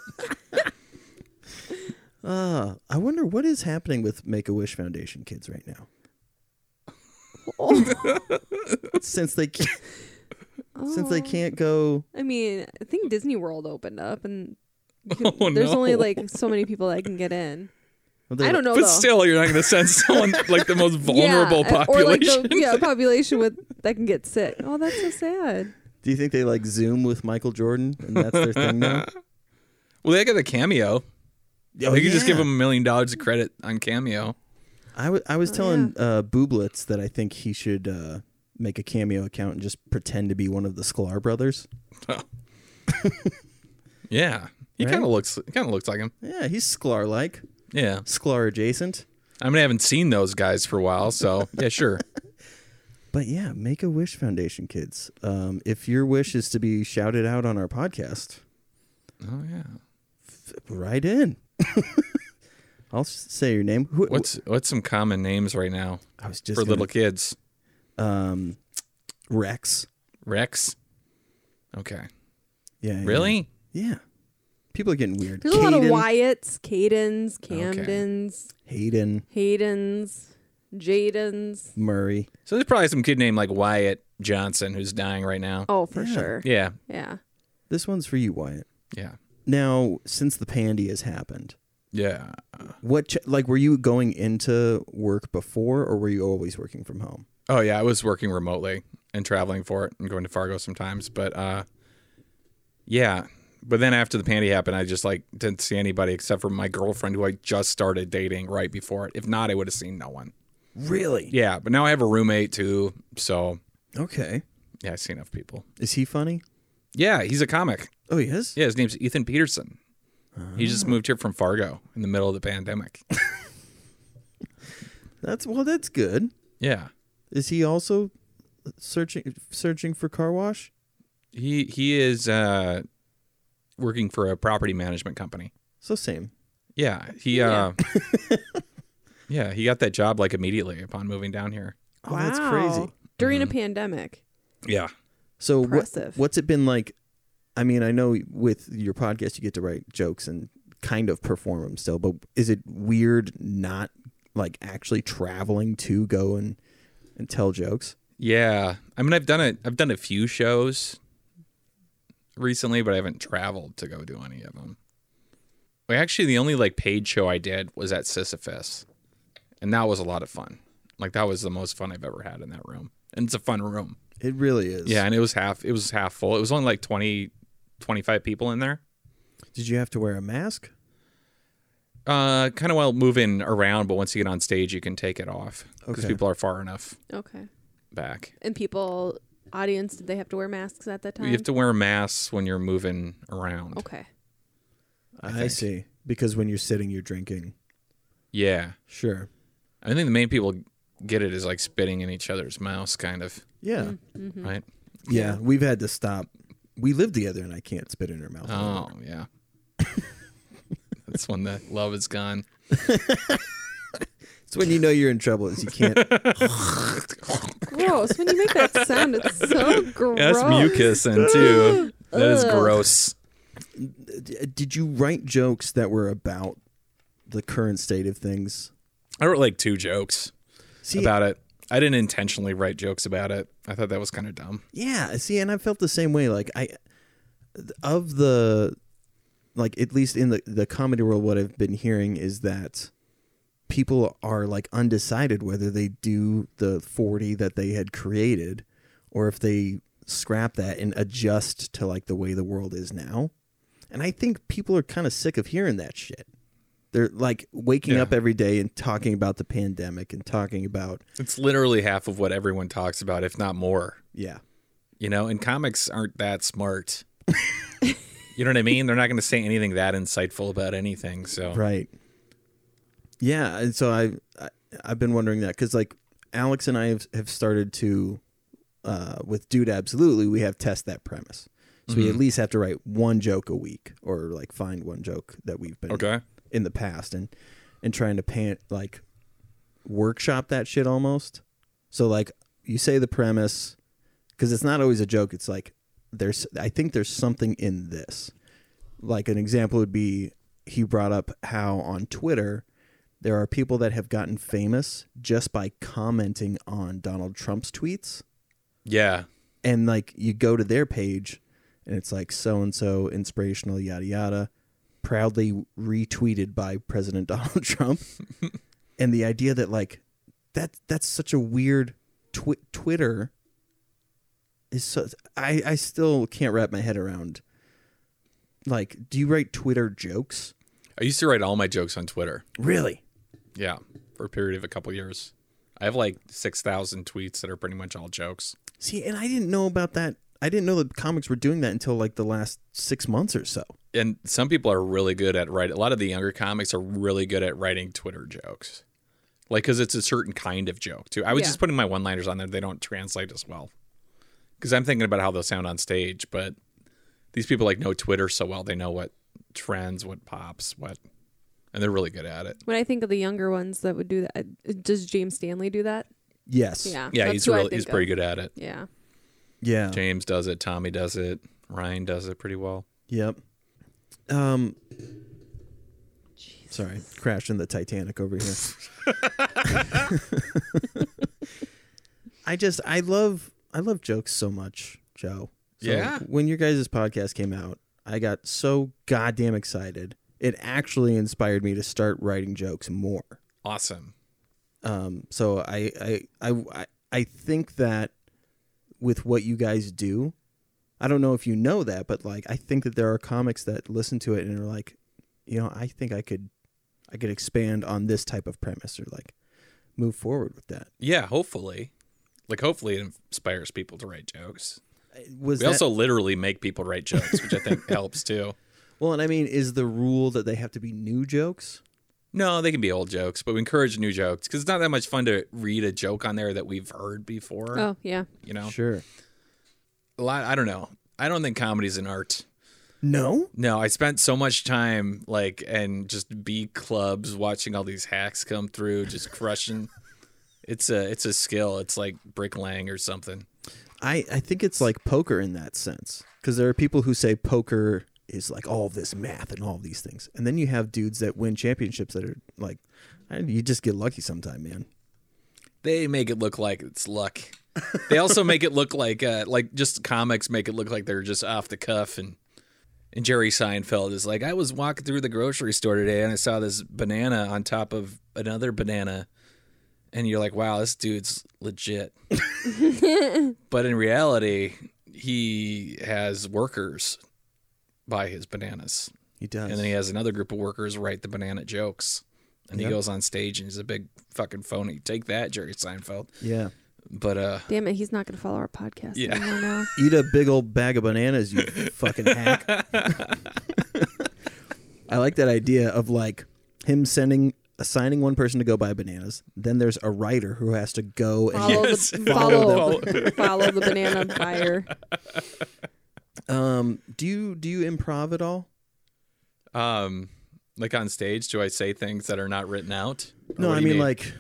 Speaker 1: Ah, I wonder what is happening with Make a Wish Foundation kids right now. since they can't, since they
Speaker 2: Oh.
Speaker 1: can't go,
Speaker 2: I mean, I think Disney World opened up, and
Speaker 3: Oh,
Speaker 2: there's
Speaker 3: no.
Speaker 2: only like so many people that can get in.
Speaker 1: well,
Speaker 2: I
Speaker 1: they're-
Speaker 2: don't know.
Speaker 3: But
Speaker 2: though.
Speaker 3: still, you're not going to
Speaker 2: [LAUGHS]
Speaker 3: send someone like the most
Speaker 2: Yeah,
Speaker 3: vulnerable
Speaker 2: Or like
Speaker 3: population.
Speaker 2: the yeah, population with that can get sick. Oh, that's so sad.
Speaker 1: Do you think they like Zoom with Michael Jordan and that's their thing
Speaker 3: [LAUGHS]
Speaker 1: now?
Speaker 3: [LAUGHS] well, they got the cameo.
Speaker 1: Oh,
Speaker 3: they could just give
Speaker 1: yeah.
Speaker 3: him a million dollars of credit on [LAUGHS] cameo.
Speaker 1: I wa- I was
Speaker 2: Oh,
Speaker 1: telling uh, Booblets that I think he should uh, make a cameo account and just pretend to be one of the Sklar brothers.
Speaker 3: Yeah, he
Speaker 1: Right?
Speaker 3: kind of looks kind of looks like him.
Speaker 1: Yeah, he's Sklar like,
Speaker 3: Yeah,
Speaker 1: Sklar adjacent.
Speaker 3: I mean, I haven't seen those guys for a while, so yeah, sure.
Speaker 1: But yeah, Make a Wish Foundation kids. Um, if your wish is to be shouted out on our podcast,
Speaker 3: [LAUGHS] Oh yeah.
Speaker 1: right in. [LAUGHS] I'll s- say your name. Who,
Speaker 3: What's what's some common names right now
Speaker 1: I was just
Speaker 3: for
Speaker 1: gonna-
Speaker 3: little kids?
Speaker 1: um, Rex.
Speaker 3: Rex. Okay.
Speaker 1: Yeah. yeah,
Speaker 3: Really?
Speaker 1: Yeah. People are getting weird.
Speaker 2: There's a lot of
Speaker 1: Caden,
Speaker 2: Wyatts, Cadens, Camdens,
Speaker 1: Hayden,
Speaker 2: Haydens, Jadens.
Speaker 1: Murray.
Speaker 3: So there's probably some kid named like Wyatt Johnson who's dying right now.
Speaker 2: Oh, for
Speaker 1: Yeah.
Speaker 2: sure.
Speaker 3: Yeah.
Speaker 2: Yeah.
Speaker 1: This one's for you, Wyatt.
Speaker 3: Yeah.
Speaker 1: Now, since the pandy has happened,
Speaker 3: Yeah.
Speaker 1: what ch- like were you going into work before, or were you always working from home?
Speaker 3: Oh yeah, I was working remotely and traveling for it and going to Fargo sometimes, but uh yeah. But then after the panty happened, I just like didn't see anybody except for my girlfriend who I just started dating right before it. If not, I would have seen no one.
Speaker 1: Really?
Speaker 3: Yeah, but now I have a roommate too, so
Speaker 1: Okay.
Speaker 3: yeah, I see enough people.
Speaker 1: Is he funny?
Speaker 3: Yeah, he's a comic.
Speaker 1: Oh, he is.
Speaker 3: Yeah, his name's Ethan Peterson. He just moved here from Fargo in the middle of the [LAUGHS] pandemic.
Speaker 1: That's well. That's good.
Speaker 3: yeah.
Speaker 1: Is he also searching searching for car wash?
Speaker 3: He he is uh working for a property management company.
Speaker 1: So same.
Speaker 3: Yeah, he uh [LAUGHS] Yeah, he got that job like immediately upon moving down here.
Speaker 1: Oh, that's crazy.
Speaker 2: Wow. During
Speaker 3: Mm.
Speaker 2: a pandemic.
Speaker 3: Yeah.
Speaker 1: So what,
Speaker 2: Impressive.
Speaker 1: what's it been like? I mean, I know with your podcast you get to write jokes and kind of perform them still, but is it weird not like actually traveling to go and and tell jokes?
Speaker 3: Yeah. I mean, I've done it I've done a few shows recently, but I haven't traveled to go do any of them. Well, actually, the only like paid show I did was at Sisyphus, and that was a lot of fun. Like that was the most fun I've ever had in that room, and it's a fun room.
Speaker 1: It really is.
Speaker 3: Yeah, and it was half. It was half full. It was only like 20, 25 people in there.
Speaker 1: Did you have to wear a mask?
Speaker 3: Uh, kind of while moving around, but once you get on stage, you can take it off because
Speaker 1: Okay.
Speaker 3: people are far enough
Speaker 2: Okay.
Speaker 3: back.
Speaker 2: And people, audience, did they have to wear masks at that time?
Speaker 3: You have to wear masks when you're moving around.
Speaker 2: Okay.
Speaker 1: I, see. Because when you're sitting, you're drinking.
Speaker 3: Yeah,
Speaker 1: Sure.
Speaker 3: I think the main people get it is like spitting in each other's mouths, kind of,
Speaker 1: Yeah.
Speaker 2: Mm-hmm.
Speaker 3: right?
Speaker 1: Yeah. We've had to stop. We live together, and I can't spit in her mouth.
Speaker 3: Oh yeah, [LAUGHS] that's when the love is gone.
Speaker 1: It's when you know you're in trouble. Is you can't. [LAUGHS]
Speaker 2: Gross. when you make that
Speaker 3: [LAUGHS]
Speaker 2: sound, it's so gross.
Speaker 3: That's mucus and
Speaker 2: [LAUGHS]
Speaker 3: too. That is
Speaker 2: Ugh.
Speaker 3: gross.
Speaker 1: D- Did you write jokes that were about the current state of things?
Speaker 3: I wrote like two jokes
Speaker 1: See,
Speaker 3: about it. I didn't intentionally write jokes about it. I thought that was kind of dumb.
Speaker 1: Yeah, see, and I felt the same way. Like I, of the, like at least in the the comedy world, what I've been hearing is that people are like undecided whether they do the forty that they had created, or if they scrap that and adjust to like the way the world is now. And I think people are kind of sick of hearing that shit. They're like waking
Speaker 3: Yeah.
Speaker 1: up every day and talking about the pandemic and talking about
Speaker 3: It's literally half of what everyone talks about, if not more.
Speaker 1: yeah.
Speaker 3: You know, and comics aren't
Speaker 2: [LAUGHS]
Speaker 3: that smart. you know what I mean? They're not going to say anything that insightful about anything. So
Speaker 1: Right. Yeah, and so I, I I've been wondering that because like Alex and I have, have started to uh, with Dude Absolutely we have test that premise, so
Speaker 3: Mm-hmm.
Speaker 1: we at least have to write one joke a week or like find one joke that we've been
Speaker 3: okay,
Speaker 1: in the past and and trying to pan like workshop that shit almost. So like you say the premise because it's not always a joke. It's like there's I think there's something in this. Like an example would be he brought up how on Twitter there are people that have gotten famous just by commenting on Donald Trump's tweets
Speaker 3: yeah,
Speaker 1: and like you go to their page and it's like so and so inspirational yada yada proudly retweeted by president [LAUGHS] donald trump and the idea that like that that's such a weird twi- twitter is so i i still can't wrap my head around like do you write twitter jokes
Speaker 3: I used to write all my jokes on Twitter.
Speaker 1: really
Speaker 3: Yeah, for a period of a couple years, I have like six thousand tweets that are pretty much all jokes.
Speaker 1: see and i didn't know about that i didn't know that comics were doing that until like the last six months or so
Speaker 3: And some people are really good at writing. A lot of the younger comics are really good at writing Twitter jokes, like because it's a certain kind of joke too. I was
Speaker 2: Yeah.
Speaker 3: just putting my one-liners on there; they don't translate as well. Because I'm thinking about how they'll sound on stage, but these people like know Twitter so well; they know what trends, what pops, what, and they're really good at it.
Speaker 2: When I think of the younger ones that would do that, does James Stanley do that?
Speaker 1: yes
Speaker 2: Yeah.
Speaker 3: Yeah,
Speaker 2: that's
Speaker 3: he's
Speaker 2: who I
Speaker 3: really
Speaker 2: think
Speaker 3: he's pretty
Speaker 2: of.
Speaker 3: good at it.
Speaker 2: Yeah.
Speaker 1: yeah
Speaker 3: James does it. Tommy does it. Ryan does it pretty well.
Speaker 1: Yep. Um. Sorry, crashing the Titanic over here. I just I love I love jokes so much, Joe. So
Speaker 3: Yeah?
Speaker 1: When your guys' podcast came out, I got so goddamn excited. It actually inspired me to start writing jokes more.
Speaker 3: Awesome.
Speaker 1: Um, so I, I I I I think that with what you guys do, I don't know if you know that, but like I think that there are comics that listen to it and are like, you know, I think I could I could expand on this type of premise or like move forward with that.
Speaker 3: Yeah, hopefully. Like, hopefully, it inspires people to write jokes.
Speaker 1: Was
Speaker 3: We
Speaker 1: that,
Speaker 3: also literally make people write jokes, which
Speaker 1: [LAUGHS]
Speaker 3: I think helps too.
Speaker 1: well, and I mean, is the rule that they have to be new jokes?
Speaker 3: No, they can be old jokes, but we encourage new jokes because it's not that much fun to read a joke on there that we've heard before.
Speaker 2: Oh, yeah.
Speaker 3: You know,
Speaker 1: Sure.
Speaker 3: a lot. I don't know. I don't think comedy's an art.
Speaker 1: No.
Speaker 3: No, I spent so much time like and just B clubs watching all these hacks come through, just crushing. it's a it's a skill. It's like bricklaying or something.
Speaker 1: I, I think it's like poker in that sense because there are people who say poker is like all this math and all these things, and then you have dudes that win championships that are like, I- you just get lucky sometime, man.
Speaker 3: They make it look like it's luck. They also make it look like uh, like just comics make it look like they're just off the cuff and and Jerry Seinfeld is like, I was walking through the grocery store today and I saw this banana on top of another banana and you're like, wow, this dude's legit. but in reality, he has workers buy his bananas.
Speaker 1: He does.
Speaker 3: And then he has another group of workers write the banana jokes. And
Speaker 1: Yep.
Speaker 3: he goes on stage and he's a big fucking phony. Take that, Jerry Seinfeld.
Speaker 1: yeah.
Speaker 3: But uh
Speaker 2: Damn it, he's not going to follow our podcast
Speaker 3: Yeah.
Speaker 2: anymore
Speaker 3: [LAUGHS]
Speaker 2: now.
Speaker 1: Eat a big old bag of bananas, you [LAUGHS] fucking hack. [LAUGHS] I like that idea of like him sending assigning one person to go buy bananas. Then there's a writer who has to go and
Speaker 2: [LAUGHS] Follow,
Speaker 3: Yes.
Speaker 2: the, follow, [LAUGHS] follow the banana buyer.
Speaker 1: um do you do you improv at all?
Speaker 3: um like on stage, do I say things that are not written out? Or
Speaker 1: No,
Speaker 3: what
Speaker 1: I
Speaker 3: do you
Speaker 1: mean like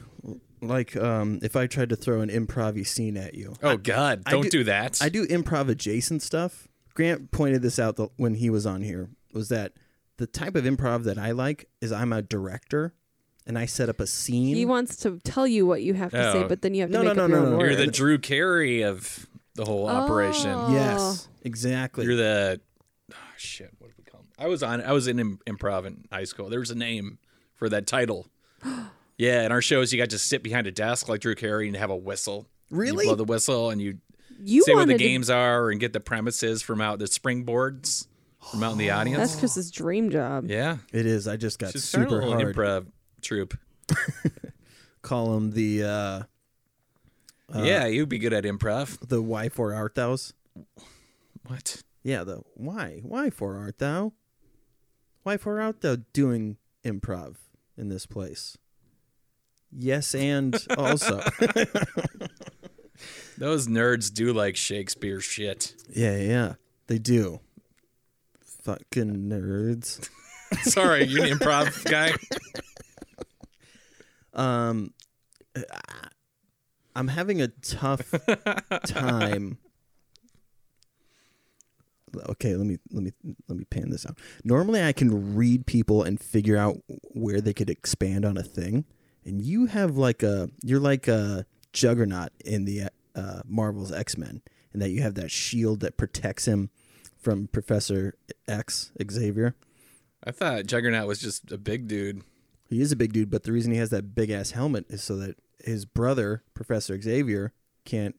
Speaker 1: like um if I tried to throw an improv scene at you.
Speaker 3: Oh God!
Speaker 1: I
Speaker 3: Don't
Speaker 1: do-
Speaker 3: do, that.
Speaker 1: I do improv adjacent stuff. Grant pointed this out the, when he was on here was that the type of improv that I like is I'm a director and I set up a scene.
Speaker 3: [LAUGHS]
Speaker 2: He wants to tell you what you have to say,
Speaker 3: Oh.
Speaker 2: but then you have to
Speaker 1: No, no,
Speaker 2: make
Speaker 1: no,
Speaker 2: up your
Speaker 1: no,
Speaker 2: own
Speaker 1: no.
Speaker 3: You're
Speaker 2: word.
Speaker 3: the Drew Carey of the whole
Speaker 1: Oh.
Speaker 3: operation.
Speaker 1: yes,
Speaker 3: You're
Speaker 1: exactly.
Speaker 3: the oh, shit. What did we call? Him? I was on. I was in im- improv in high school. There was a name for
Speaker 1: [GASPS]
Speaker 3: that title. yeah, in our shows, you got to sit behind a desk like Drew Carey and have a whistle.
Speaker 1: Really?
Speaker 3: You blow the whistle and you,
Speaker 2: you
Speaker 3: say where
Speaker 2: wanted
Speaker 3: the games are and get the premises from out the springboards from out in the
Speaker 2: To, [GASPS]
Speaker 3: audience.
Speaker 2: that's Chris's dream job.
Speaker 3: yeah,
Speaker 1: It is. I just got
Speaker 3: just start a
Speaker 1: super
Speaker 3: little
Speaker 1: hard.
Speaker 3: improv troupe.
Speaker 1: Call him the uh,
Speaker 3: yeah, you'd be good at improv.
Speaker 1: the why for art thou's.
Speaker 3: What?
Speaker 1: Yeah, the why why for art thou? Why for art thou doing improv in this place? Yes, and also.
Speaker 3: Those nerds do like Shakespeare shit. [LAUGHS]
Speaker 1: Yeah, yeah, they do. Fucking nerds.
Speaker 3: Sorry, you an improv guy.
Speaker 1: Um, I'm having a tough time. Okay, let me let me let me pan this out. Normally, I can read people and figure out where they could expand on a thing, and you have like a you're like a juggernaut in the uh, Marvel's X Men, and that you have that shield that protects him from Professor X Xavier.
Speaker 3: I thought Juggernaut was just a big dude.
Speaker 1: He is a big dude, but the reason he has that big ass helmet is so that his brother, Professor Xavier, can't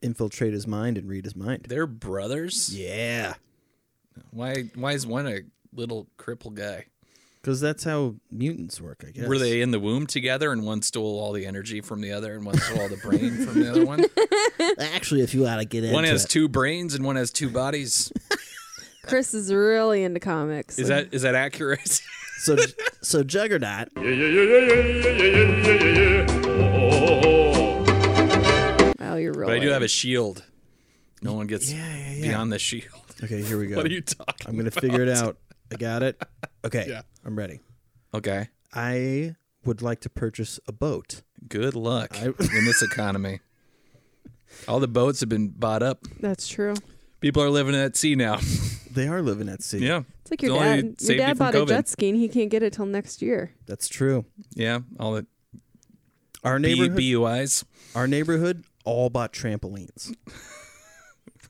Speaker 1: infiltrate his mind and read his mind.
Speaker 3: They're brothers.
Speaker 1: Yeah.
Speaker 3: Why? Why is one a little cripple guy?
Speaker 1: Because that's how mutants work, I guess.
Speaker 3: Were they in the womb together, and one stole all the energy from the other, and one stole all the brain from the
Speaker 1: [LAUGHS]
Speaker 3: other one?
Speaker 1: [LAUGHS] Actually, if you ought to get into
Speaker 3: one has
Speaker 1: it.
Speaker 3: two brains, and one has
Speaker 1: [LAUGHS]
Speaker 3: two bodies.
Speaker 2: Chris is really into comics.
Speaker 3: Is that is that accurate? [LAUGHS]
Speaker 1: So, [LAUGHS] so Juggernaut,
Speaker 2: Wow, you're really.
Speaker 3: but I do have a shield. No one gets
Speaker 1: Yeah, yeah, yeah.
Speaker 3: beyond the shield.
Speaker 1: okay, here we go.
Speaker 3: What are you talking?
Speaker 1: I'm going to figure it out. I got
Speaker 3: [LAUGHS]
Speaker 1: it. Okay,
Speaker 3: Yeah.
Speaker 1: I'm ready.
Speaker 3: [LAUGHS] Okay.
Speaker 1: I would like to purchase a boat.
Speaker 3: Good luck in this economy. All the boats have been bought up.
Speaker 2: That's true.
Speaker 3: People are living at sea now.
Speaker 1: They are living at sea.
Speaker 3: yeah.
Speaker 2: It's like your
Speaker 3: It's only
Speaker 2: dad. Your
Speaker 3: saved you
Speaker 2: dad
Speaker 3: from
Speaker 2: bought a
Speaker 3: COVID.
Speaker 2: jet ski and he can't get it till next year.
Speaker 1: That's true.
Speaker 3: Yeah, all the
Speaker 1: Our
Speaker 3: B-
Speaker 1: neighborhood,
Speaker 3: BUIs.
Speaker 1: our neighborhood all bought trampolines.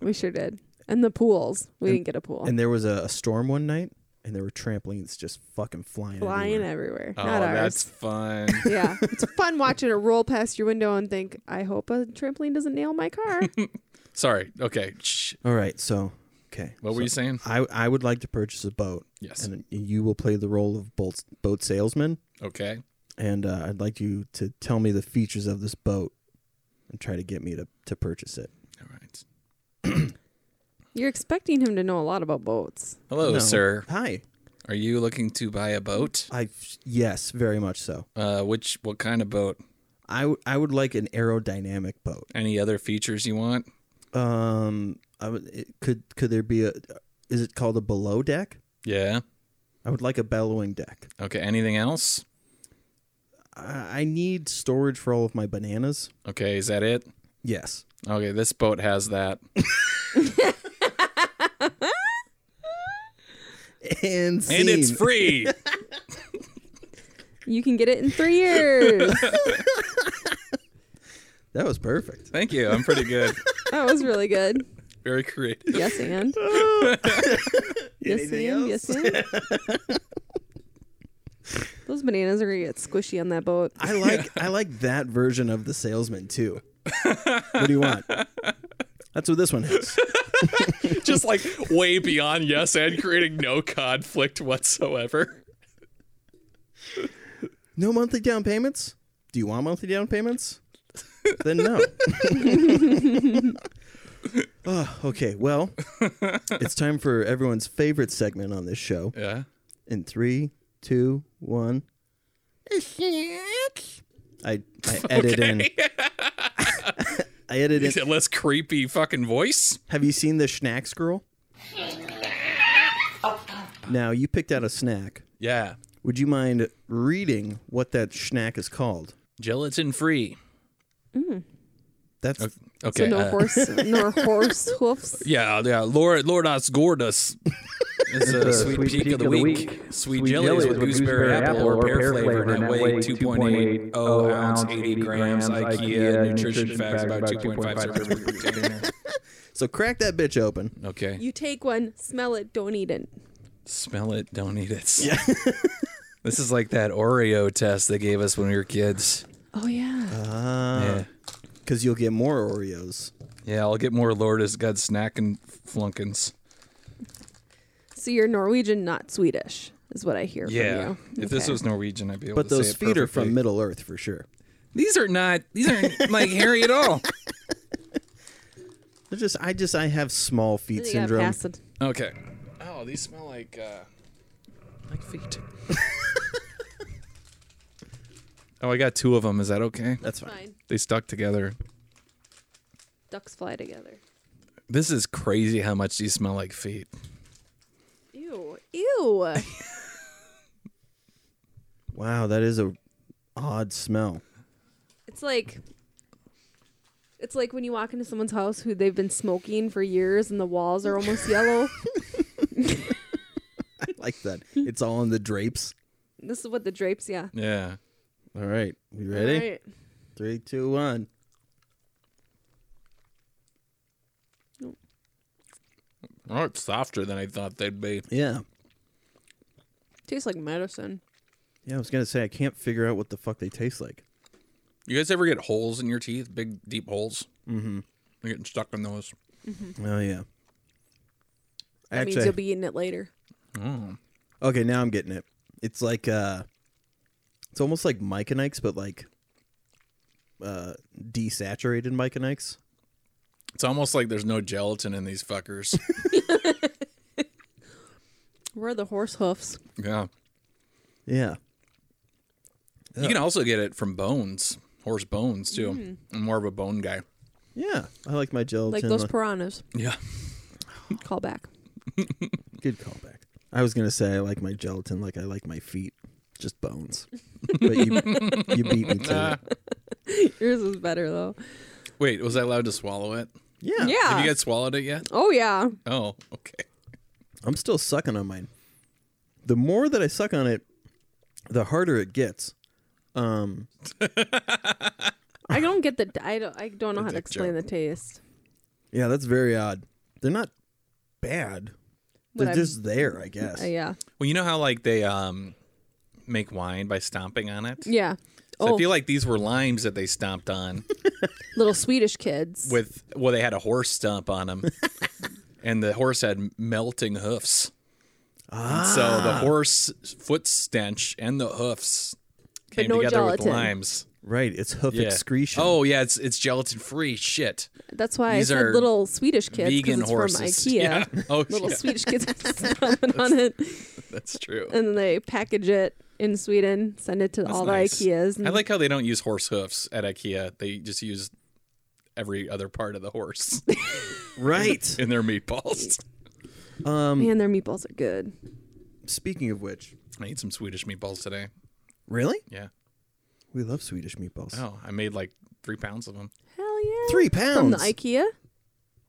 Speaker 2: We sure did. And the pools. We didn't get a pool.
Speaker 1: And there was a, a storm one night, and there were trampolines just fucking flying.
Speaker 2: Flying
Speaker 1: everywhere.
Speaker 2: everywhere.
Speaker 3: Oh,
Speaker 2: Not
Speaker 3: that's
Speaker 2: ours.
Speaker 3: fun.
Speaker 2: [LAUGHS] yeah, it's fun watching it roll past your window and think, I hope a trampoline doesn't nail my
Speaker 3: [LAUGHS]
Speaker 2: car.
Speaker 3: [LAUGHS] Sorry. Okay. Shh.
Speaker 1: All right, so okay.
Speaker 3: What were you saying?
Speaker 1: I I would like to purchase a boat,
Speaker 3: Yes.
Speaker 1: and you will play the role of boat boat salesman.
Speaker 3: Okay.
Speaker 1: And uh, I'd like you to tell me the features of this boat, and try to get me to to purchase it.
Speaker 3: All right.
Speaker 2: You're expecting him to know a lot about boats.
Speaker 3: Hello,
Speaker 1: No.
Speaker 3: sir.
Speaker 1: Hi.
Speaker 3: Are you looking to buy a boat?
Speaker 1: I yes, very much so.
Speaker 3: Uh, which what kind of boat?
Speaker 1: I w- I would like an aerodynamic boat.
Speaker 3: Any other features you want?
Speaker 1: Um, I would, it, could could there be a? Is it called a below deck?
Speaker 3: Yeah.
Speaker 1: I would like a bellowing deck.
Speaker 3: Okay. Anything else?
Speaker 1: I I need storage for all of my bananas.
Speaker 3: Okay. Is that it?
Speaker 1: Yes.
Speaker 3: Okay. This boat has
Speaker 4: [LAUGHS]
Speaker 3: that.
Speaker 1: And,
Speaker 3: And it's
Speaker 1: scene.
Speaker 4: [LAUGHS]
Speaker 3: free. [LAUGHS]
Speaker 2: You can get it in three years.
Speaker 1: That was [LAUGHS] perfect.
Speaker 3: Thank you. I'm pretty good.
Speaker 2: That was really good.
Speaker 3: Very creative.
Speaker 2: Yes,
Speaker 3: [LAUGHS]
Speaker 2: and. yes,
Speaker 1: Anything
Speaker 2: and.
Speaker 1: else?
Speaker 2: Yes, and. [LAUGHS] Those bananas are going to get squishy on that boat.
Speaker 1: I like I like that version of the salesman too. what do you want? That's what this one has.
Speaker 4: [LAUGHS] Just like way beyond yes and creating no conflict whatsoever.
Speaker 1: No monthly down payments? Do you want monthly down payments? then [LAUGHS] no. oh, okay, well, it's time for everyone's favorite segment on this show.
Speaker 3: Yeah.
Speaker 1: In three, two, one.
Speaker 3: [LAUGHS]
Speaker 1: I I edit in. I edit in.
Speaker 3: Is it less creepy fucking voice?
Speaker 1: Have you seen the Schnacks girl? Now you picked out a snack.
Speaker 3: Yeah.
Speaker 1: Would you mind reading what that snack is called?
Speaker 3: Gelatin free.
Speaker 1: That's
Speaker 3: Okay.
Speaker 2: So no
Speaker 3: uh,
Speaker 2: horse,
Speaker 3: [LAUGHS]
Speaker 2: no horse hoofs.
Speaker 3: Yeah, yeah. Lord, Lordas Gordas [LAUGHS] is a sweet, peak, of the week. Sweet, jelly is with gooseberry, apple, or pear flavor, net weight 2.80 ounce, 80 grams, IKEA, nutrition facts about 2.5 servings per container.
Speaker 1: so. Crack that bitch open.
Speaker 3: Okay.
Speaker 2: You take one, smell it, don't eat it.
Speaker 3: Smell it, don't eat it. Yeah. [LAUGHS] this is like that Oreo test they gave us when we were kids.
Speaker 2: Oh, yeah.
Speaker 1: Ah,
Speaker 3: Yeah.
Speaker 1: because you'll get more Oreos.
Speaker 3: Yeah, I'll get more Lordas God snacking flunkins.
Speaker 2: so you're Norwegian, not Swedish, is what I hear
Speaker 3: Yeah.
Speaker 2: from you.
Speaker 3: If this
Speaker 2: Okay.
Speaker 3: was Norwegian, I'd be able
Speaker 1: But
Speaker 3: to
Speaker 1: those
Speaker 3: say it
Speaker 1: feet are from
Speaker 3: perfectly.
Speaker 1: Middle Earth for sure.
Speaker 3: These are not these aren't like hairy at [LAUGHS] all.
Speaker 1: They're just I just I have small feet
Speaker 2: You gotta
Speaker 1: syndrome.
Speaker 2: pass it.
Speaker 3: Okay. Oh, these smell like uh like feet. [LAUGHS] oh, I got two of them. Is that okay?
Speaker 1: That's fine.
Speaker 2: Fine.
Speaker 3: They stuck together.
Speaker 2: Ducks fly together.
Speaker 3: This is crazy how much these smell like feet.
Speaker 2: Ew.
Speaker 3: [LAUGHS]
Speaker 2: Ew.
Speaker 1: Wow, that is a odd smell.
Speaker 2: It's like it's like when you walk into someone's house who they've been smoking for years and the walls are almost
Speaker 3: [LAUGHS]
Speaker 2: yellow.
Speaker 1: I like
Speaker 2: [LAUGHS]
Speaker 1: that. It's all in the drapes.
Speaker 2: This is what the drapes, yeah.
Speaker 3: Yeah.
Speaker 1: All right, we ready?
Speaker 2: All right.
Speaker 1: Three, two, one.
Speaker 3: Oh, it's softer than I thought they'd be.
Speaker 1: Yeah.
Speaker 2: Tastes like medicine.
Speaker 1: Yeah, I was gonna say I can't figure out what the fuck they taste like.
Speaker 3: You guys ever get holes in your teeth? Big, deep holes? Mm-hmm. You're getting stuck in those.
Speaker 1: Oh yeah.
Speaker 2: That means you'll be eating it later.
Speaker 1: okay, now I'm getting it. It's like uh, it's almost like Mike and Ike's, but like uh, desaturated Mike and Ike's.
Speaker 3: It's almost like there's no gelatin in these [LAUGHS] fuckers.
Speaker 2: Where are the horse hoofs?
Speaker 3: yeah.
Speaker 1: Yeah.
Speaker 3: You can also get it from bones, horse bones, too. I'm more of a bone guy.
Speaker 1: Yeah, I like my gelatin.
Speaker 2: Like those
Speaker 1: on-
Speaker 2: piranhas.
Speaker 3: Yeah.
Speaker 2: Call back.
Speaker 1: Good callback. I was gonna say I like my gelatin like I like my feet, just bones.
Speaker 2: [LAUGHS]
Speaker 1: but you, you beat me to it.
Speaker 2: Yours is better though.
Speaker 3: Wait, was I allowed to swallow it?
Speaker 1: Yeah.
Speaker 2: Yeah.
Speaker 3: Have you guys swallowed it yet?
Speaker 2: oh yeah.
Speaker 3: Oh, okay.
Speaker 1: I'm still sucking on mine. The more that I suck on it, the harder it gets.
Speaker 2: I don't get the I don't I don't know how to
Speaker 3: dick
Speaker 2: explain
Speaker 3: joke.
Speaker 2: the taste.
Speaker 1: Yeah, that's very odd. They're not bad.
Speaker 2: But
Speaker 1: They're
Speaker 2: I'm-
Speaker 1: just there, I guess.
Speaker 2: Uh, yeah.
Speaker 3: Well, you know how like they um make wine by stomping on it?
Speaker 2: Yeah.
Speaker 3: So
Speaker 2: oh,
Speaker 3: I feel like these were limes that they
Speaker 2: [LAUGHS]
Speaker 3: stomped on
Speaker 2: little Swedish kids.
Speaker 3: with well they had a horse stomp on
Speaker 2: [LAUGHS]
Speaker 3: them. and the horse had melting hoofs.
Speaker 1: Ah,
Speaker 3: So the horse foot stench and the hoofs came
Speaker 2: no
Speaker 3: together with
Speaker 2: gelatin.
Speaker 3: limes.
Speaker 1: right. It's hoof
Speaker 3: Yeah.
Speaker 1: excretion.
Speaker 3: Oh yeah, it's it's gelatin free shit.
Speaker 2: That's why I
Speaker 3: These
Speaker 2: said
Speaker 3: are
Speaker 2: little Swedish kids 'cause
Speaker 3: Vegan
Speaker 2: it's
Speaker 3: horses. [LAUGHS]
Speaker 2: from IKEA.
Speaker 3: Yeah. Oh
Speaker 2: [LAUGHS] Little
Speaker 3: yeah,
Speaker 2: Swedish kids
Speaker 3: [LAUGHS]
Speaker 2: stomping on it.
Speaker 3: that's true.
Speaker 2: and then they package it in Sweden, send it to all
Speaker 3: nice.
Speaker 2: the IKEAs. and-
Speaker 3: I like how they don't use horse hoofs at IKEA. They just use every other part of
Speaker 2: [LAUGHS]
Speaker 3: the horse
Speaker 1: right. [LAUGHS]
Speaker 3: in their meatballs.
Speaker 2: man, their meatballs are good.
Speaker 1: Speaking of which,
Speaker 3: I ate some Swedish meatballs today.
Speaker 1: really,
Speaker 3: Yeah.
Speaker 1: we love Swedish meatballs.
Speaker 3: Oh, I made like three pounds of them.
Speaker 2: Hell yeah!
Speaker 1: Three
Speaker 2: from the
Speaker 1: pounds.
Speaker 2: IKEA,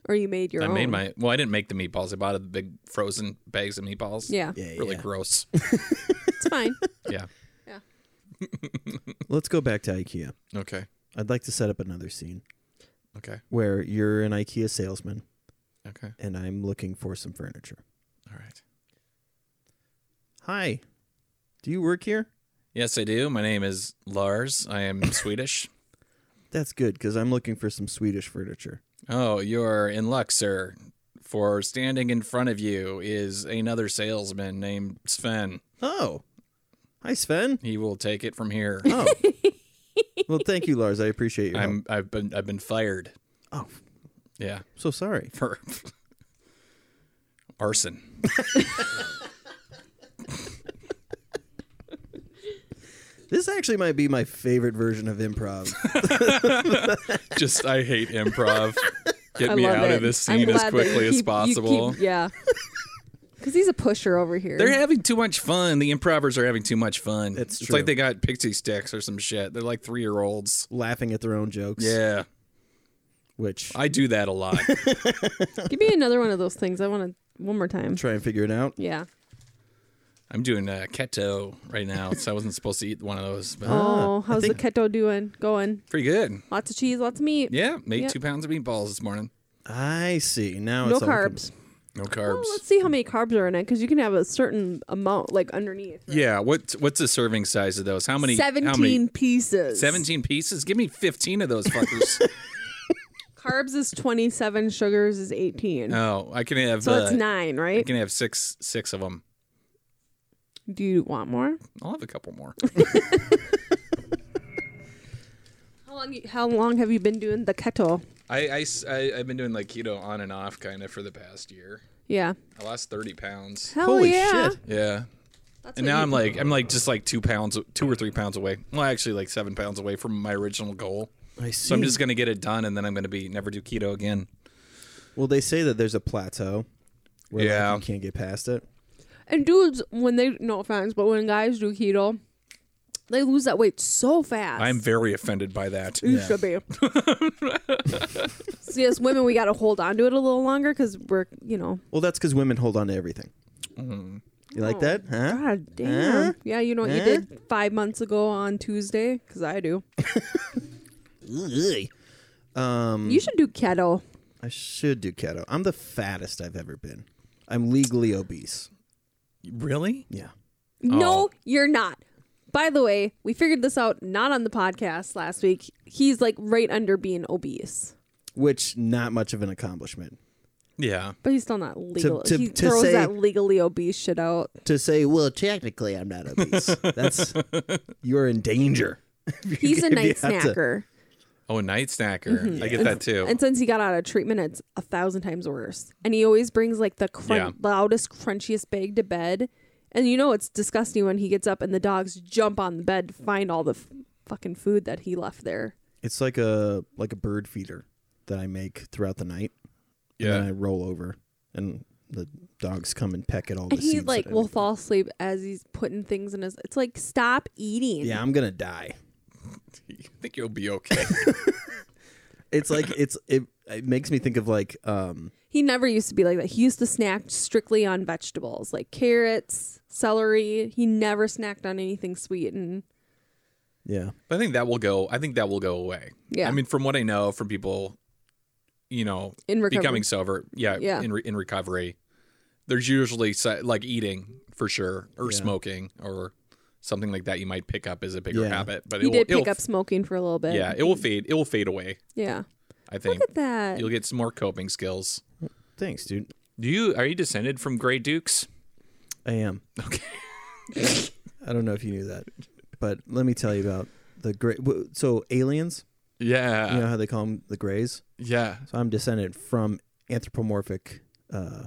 Speaker 2: or you made your
Speaker 3: I
Speaker 2: own?
Speaker 3: made my. Well, I didn't make the meatballs. I bought the big frozen bags of meatballs.
Speaker 2: Yeah,
Speaker 1: Yeah,
Speaker 3: Really
Speaker 1: yeah.
Speaker 2: [LAUGHS]
Speaker 3: gross. [LAUGHS]
Speaker 2: it's fine.
Speaker 3: yeah.
Speaker 1: Let's go back to IKEA.
Speaker 3: Okay.
Speaker 1: I'd like to set up another scene
Speaker 4: Okay.
Speaker 1: where you're an IKEA salesman
Speaker 4: Okay.
Speaker 1: and I'm looking for some furniture.
Speaker 4: All right.
Speaker 1: Hi. Do you work here?
Speaker 3: Yes, I do. My name is Lars. I
Speaker 2: [LAUGHS]
Speaker 3: am Swedish.
Speaker 1: That's good because I'm looking for some Swedish furniture.
Speaker 3: Oh, you're in luck, sir. For standing in front of you is another salesman named Sven.
Speaker 1: Oh. Hi,
Speaker 2: [LAUGHS]
Speaker 1: Sven.
Speaker 3: He will take it from here.
Speaker 1: Oh. well, thank you, Lars. I appreciate your help.
Speaker 3: I'm I've been I've been fired.
Speaker 1: Oh,
Speaker 3: Yeah,
Speaker 1: so sorry.
Speaker 3: for [LAUGHS] arson.
Speaker 1: This actually might be my favorite version of
Speaker 3: [LAUGHS]
Speaker 1: improv.
Speaker 4: Just I hate
Speaker 2: [LAUGHS]
Speaker 4: improv. Get
Speaker 2: I
Speaker 4: me
Speaker 2: love
Speaker 4: out
Speaker 2: it.
Speaker 4: of this
Speaker 2: I'm
Speaker 4: scene
Speaker 2: glad
Speaker 4: as
Speaker 2: that
Speaker 4: quickly
Speaker 2: you
Speaker 4: as
Speaker 2: keep- you
Speaker 4: possible.
Speaker 2: keep-
Speaker 3: [LAUGHS]
Speaker 2: yeah. Because he's a pusher over here.
Speaker 3: They're having too much fun. The improvers are having too much fun.
Speaker 1: That's
Speaker 3: it's
Speaker 1: true.
Speaker 3: like they got pixie sticks or some shit. They're like three year olds.
Speaker 1: laughing at their own jokes.
Speaker 3: Yeah,
Speaker 1: Which I
Speaker 3: I do that
Speaker 2: [LAUGHS]
Speaker 3: a lot.
Speaker 2: Give me another one of those things. I want to one more time.
Speaker 1: try and figure it out.
Speaker 2: Yeah.
Speaker 3: I'm doing uh, keto right now, so I wasn't supposed to eat one of those. But
Speaker 2: Oh,
Speaker 1: I
Speaker 2: how's
Speaker 1: think-
Speaker 2: the keto doing? Going.
Speaker 3: pretty good.
Speaker 2: Lots of cheese, lots of meat.
Speaker 3: Yeah, made
Speaker 2: Yeah.
Speaker 3: two pounds of meatballs this morning.
Speaker 1: I see. Now
Speaker 2: No
Speaker 1: it's all coming-
Speaker 2: carbs.
Speaker 3: No carbs.
Speaker 2: Well, let's see how many carbs are in it because you can have a certain amount like underneath. right?
Speaker 3: Yeah, what what's the serving size of those? How many? How many,
Speaker 2: Seventeen pieces.
Speaker 3: 17 pieces. Give me fifteen of those
Speaker 2: [LAUGHS]
Speaker 3: fuckers.
Speaker 2: Carbs is twenty-seven. Sugars is eighteen.
Speaker 3: no, I can have.
Speaker 2: so
Speaker 3: uh,
Speaker 2: that's nine,
Speaker 3: I
Speaker 2: right?
Speaker 3: can have six six of them.
Speaker 2: Do you want more?
Speaker 3: I'll have a couple
Speaker 2: [LAUGHS]
Speaker 3: more.
Speaker 2: How long? How long have you been doing the keto?
Speaker 3: I, I, have been doing like keto on and off kind of for the past year.
Speaker 2: Yeah.
Speaker 3: I lost thirty pounds.
Speaker 2: Hell
Speaker 1: Holy
Speaker 2: yeah.
Speaker 1: shit.
Speaker 3: Yeah.
Speaker 2: That's
Speaker 3: And
Speaker 2: what
Speaker 3: now
Speaker 2: you-
Speaker 3: I'm like I'm like just like two pounds, two or three pounds away. Well, actually, like seven pounds away from my original goal.
Speaker 1: I see.
Speaker 3: So
Speaker 2: Mm.
Speaker 3: I'm just gonna get it done, and then I'm gonna be never do keto again.
Speaker 1: Well, they say that there's a plateau where like,
Speaker 3: Yeah.
Speaker 1: you can't get past it.
Speaker 2: And dudes, when they no offense, but when guys do keto, they lose that weight so fast.
Speaker 3: I'm very offended by that.
Speaker 2: You should be. [LAUGHS] See, as women, we got to hold on to it a little longer because we're, you know.
Speaker 1: Well, that's because women hold on to everything.
Speaker 3: Mm-hmm.
Speaker 1: You like that? Huh?
Speaker 2: God damn.
Speaker 1: Huh?
Speaker 2: Yeah, you know what you
Speaker 1: Huh?
Speaker 2: did five months ago on Tuesday? Because I do.
Speaker 1: Um,
Speaker 2: You should do keto.
Speaker 1: I should do keto. I'm the fattest I've ever been. I'm legally obese.
Speaker 3: Really?
Speaker 1: Yeah.
Speaker 2: No,
Speaker 3: Oh.
Speaker 2: you're not. By the way, we figured this out not on the podcast last week. He's like right under being obese,
Speaker 1: Which not much of an accomplishment.
Speaker 3: Yeah.
Speaker 2: but he's still not legal.
Speaker 1: to-
Speaker 2: he
Speaker 1: to
Speaker 2: throws
Speaker 1: say-
Speaker 2: that legally obese shit out.
Speaker 1: To say, well, technically I'm not
Speaker 3: [LAUGHS]
Speaker 1: obese. that's you're in danger.
Speaker 2: He's a
Speaker 1: if [LAUGHS] you
Speaker 2: night
Speaker 1: have to-
Speaker 2: snacker.
Speaker 3: Oh, a night snacker.
Speaker 2: Mm-hmm.
Speaker 3: I get that too.
Speaker 2: And since he got out of treatment, it's a thousand times worse. And he always brings like the crun-
Speaker 3: Yeah.
Speaker 2: loudest, crunchiest bag to bed. And you know it's disgusting when he gets up and the dogs jump on the bed to find all the f- fucking food that he left there.
Speaker 1: It's like a like a bird feeder that I make throughout the night. And then I
Speaker 3: Yeah.
Speaker 1: roll over and the dogs come and peck at all the
Speaker 2: And he
Speaker 1: seeds
Speaker 2: like
Speaker 1: that I-
Speaker 2: will fall asleep as he's putting things in his. It's like stop eating.
Speaker 1: Yeah, I'm gonna die.
Speaker 3: I think you'll be okay.
Speaker 1: It's
Speaker 3: [LAUGHS]
Speaker 1: like it's it, it makes me think of like um
Speaker 2: He never used to be like that. He used to snack strictly on vegetables like carrots, celery. He never snacked on anything sweet and
Speaker 1: yeah.
Speaker 3: But I think that will go. I think that will go away.
Speaker 2: Yeah.
Speaker 3: I mean, from what I know from people, you know,
Speaker 2: in recovery.
Speaker 3: becoming sober. Yeah.
Speaker 2: Yeah.
Speaker 3: In re- in recovery, there's usually si- like eating for sure, or
Speaker 1: Yeah.
Speaker 3: smoking, or something like that. You might pick up as a bigger
Speaker 1: Yeah.
Speaker 3: habit, but
Speaker 2: he
Speaker 3: it
Speaker 2: did
Speaker 3: will,
Speaker 2: pick
Speaker 3: it'll-
Speaker 2: up smoking for a little bit.
Speaker 3: Yeah, it will fade. It will fade away.
Speaker 2: Yeah.
Speaker 3: I think
Speaker 2: Look at that.
Speaker 3: you'll get some more coping skills.
Speaker 1: Thanks, dude.
Speaker 3: Do you are you descended from Grey Dukes?
Speaker 1: I am.
Speaker 3: Okay.
Speaker 1: I don't know if you knew that, but let me tell you about the gray. w- So aliens,
Speaker 3: Yeah.
Speaker 1: you know how they call them the Greys.
Speaker 3: Yeah.
Speaker 1: So I'm descended from anthropomorphic uh,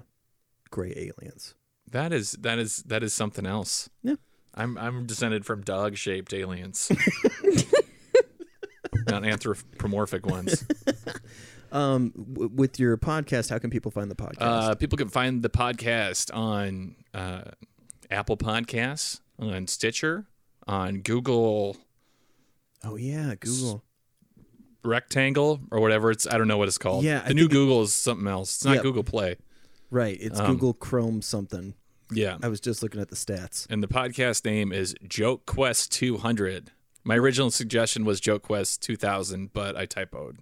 Speaker 1: gray aliens.
Speaker 3: That is that is that is something else.
Speaker 1: Yeah.
Speaker 3: I'm I'm descended from dog
Speaker 1: [LAUGHS]
Speaker 3: shaped aliens. Not anthropomorphic
Speaker 1: [LAUGHS]
Speaker 3: ones.
Speaker 1: Um, w- with your podcast, how can people find the podcast?
Speaker 3: Uh, people can find the podcast on uh, Apple Podcasts, on Stitcher, on Google
Speaker 1: oh yeah, Google.
Speaker 3: Rectangle or whatever it's. I don't know what it's called.
Speaker 1: Yeah,
Speaker 3: the
Speaker 1: I
Speaker 3: new Google is something else. It's not
Speaker 1: Yep.
Speaker 3: Google Play.
Speaker 1: Right, it's
Speaker 3: um,
Speaker 1: Google Chrome something.
Speaker 3: Yeah,
Speaker 1: I was just looking at the stats.
Speaker 3: and the podcast name is Joke Quest 200. My original suggestion was Joke Quest 2000, but I typoed.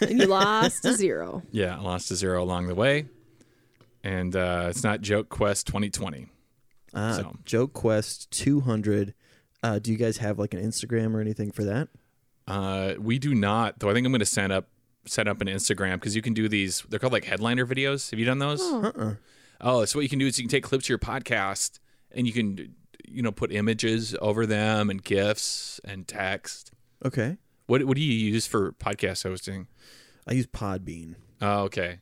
Speaker 2: and you lost a zero.
Speaker 3: Yeah, I lost a zero along the way. And uh, it's not Joke Quest 2020.
Speaker 1: Ah,
Speaker 3: So-
Speaker 1: Joke Quest 200. Uh, do you guys have like an Instagram or anything for that?
Speaker 3: Uh, we do not, though I think I'm going to set up set up an Instagram because you can do these. They're called like headliner videos. Have you done those?
Speaker 1: Uh-uh.
Speaker 3: Oh, so what you can do is you can take clips of your podcast and you can, you know, put images over them and GIFs and text.
Speaker 1: Okay.
Speaker 3: What what do you use for podcast hosting?
Speaker 1: I use Podbean.
Speaker 3: Oh, okay.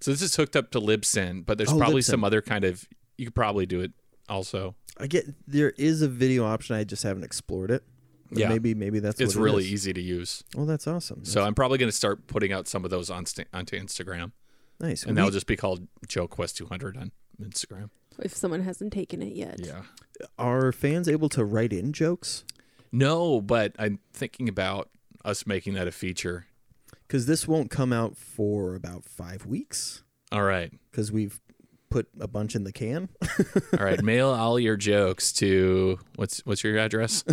Speaker 3: So this is hooked up to Libsyn, but there's
Speaker 1: Oh,
Speaker 3: probably
Speaker 1: Libsyn.
Speaker 3: some other kind of you could probably do it also.
Speaker 1: I get there is a video option. I just haven't explored it. But
Speaker 3: Yeah.
Speaker 1: Maybe maybe that's
Speaker 3: It's
Speaker 1: what it
Speaker 3: really
Speaker 1: is.
Speaker 3: easy to use.
Speaker 1: Well, that's awesome.
Speaker 3: So I'm probably going to start putting out some of those on st- onto Instagram,
Speaker 1: nice.
Speaker 3: and
Speaker 1: We-
Speaker 3: that'll just be called Joe Quest 200 on Instagram.
Speaker 2: If someone hasn't taken it yet.
Speaker 3: Yeah.
Speaker 1: are fans able to write in jokes?
Speaker 3: No, but I'm thinking about us making that a feature.
Speaker 1: Because this won't come out for about five weeks.
Speaker 3: All right.
Speaker 1: Because we've put a bunch in the can. [LAUGHS]
Speaker 3: All [LAUGHS] right, mail all your jokes to what's what's your [LAUGHS] address?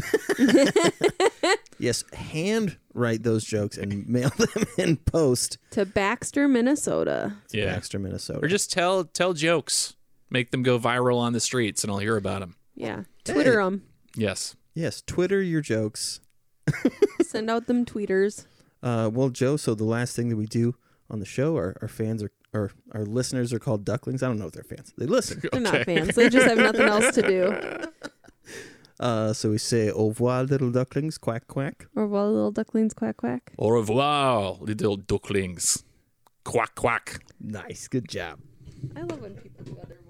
Speaker 1: yes, hand write those jokes and [LAUGHS] mail them in post
Speaker 2: To Baxter, Minnesota.
Speaker 1: to Baxter, Minnesota.
Speaker 3: or just tell tell jokes, make them go viral on the streets, and I'll hear about them.
Speaker 2: Yeah. Twitter them.
Speaker 3: Yes,
Speaker 1: yes, Twitter your jokes.
Speaker 2: Send out them tweeters.
Speaker 1: Uh, well, Joe. So the last thing that we do on the show, our, our fans are, or our listeners are called ducklings. I don't know if they're fans. They
Speaker 3: [LAUGHS]
Speaker 1: listen.
Speaker 2: They're not fans. They just have nothing else to do.
Speaker 1: Uh, so we say au revoir, little ducklings, quack quack.
Speaker 2: Or while little ducklings quack quack.
Speaker 3: au revoir, little ducklings, quack quack.
Speaker 1: Nice, good job.
Speaker 2: I love when people do other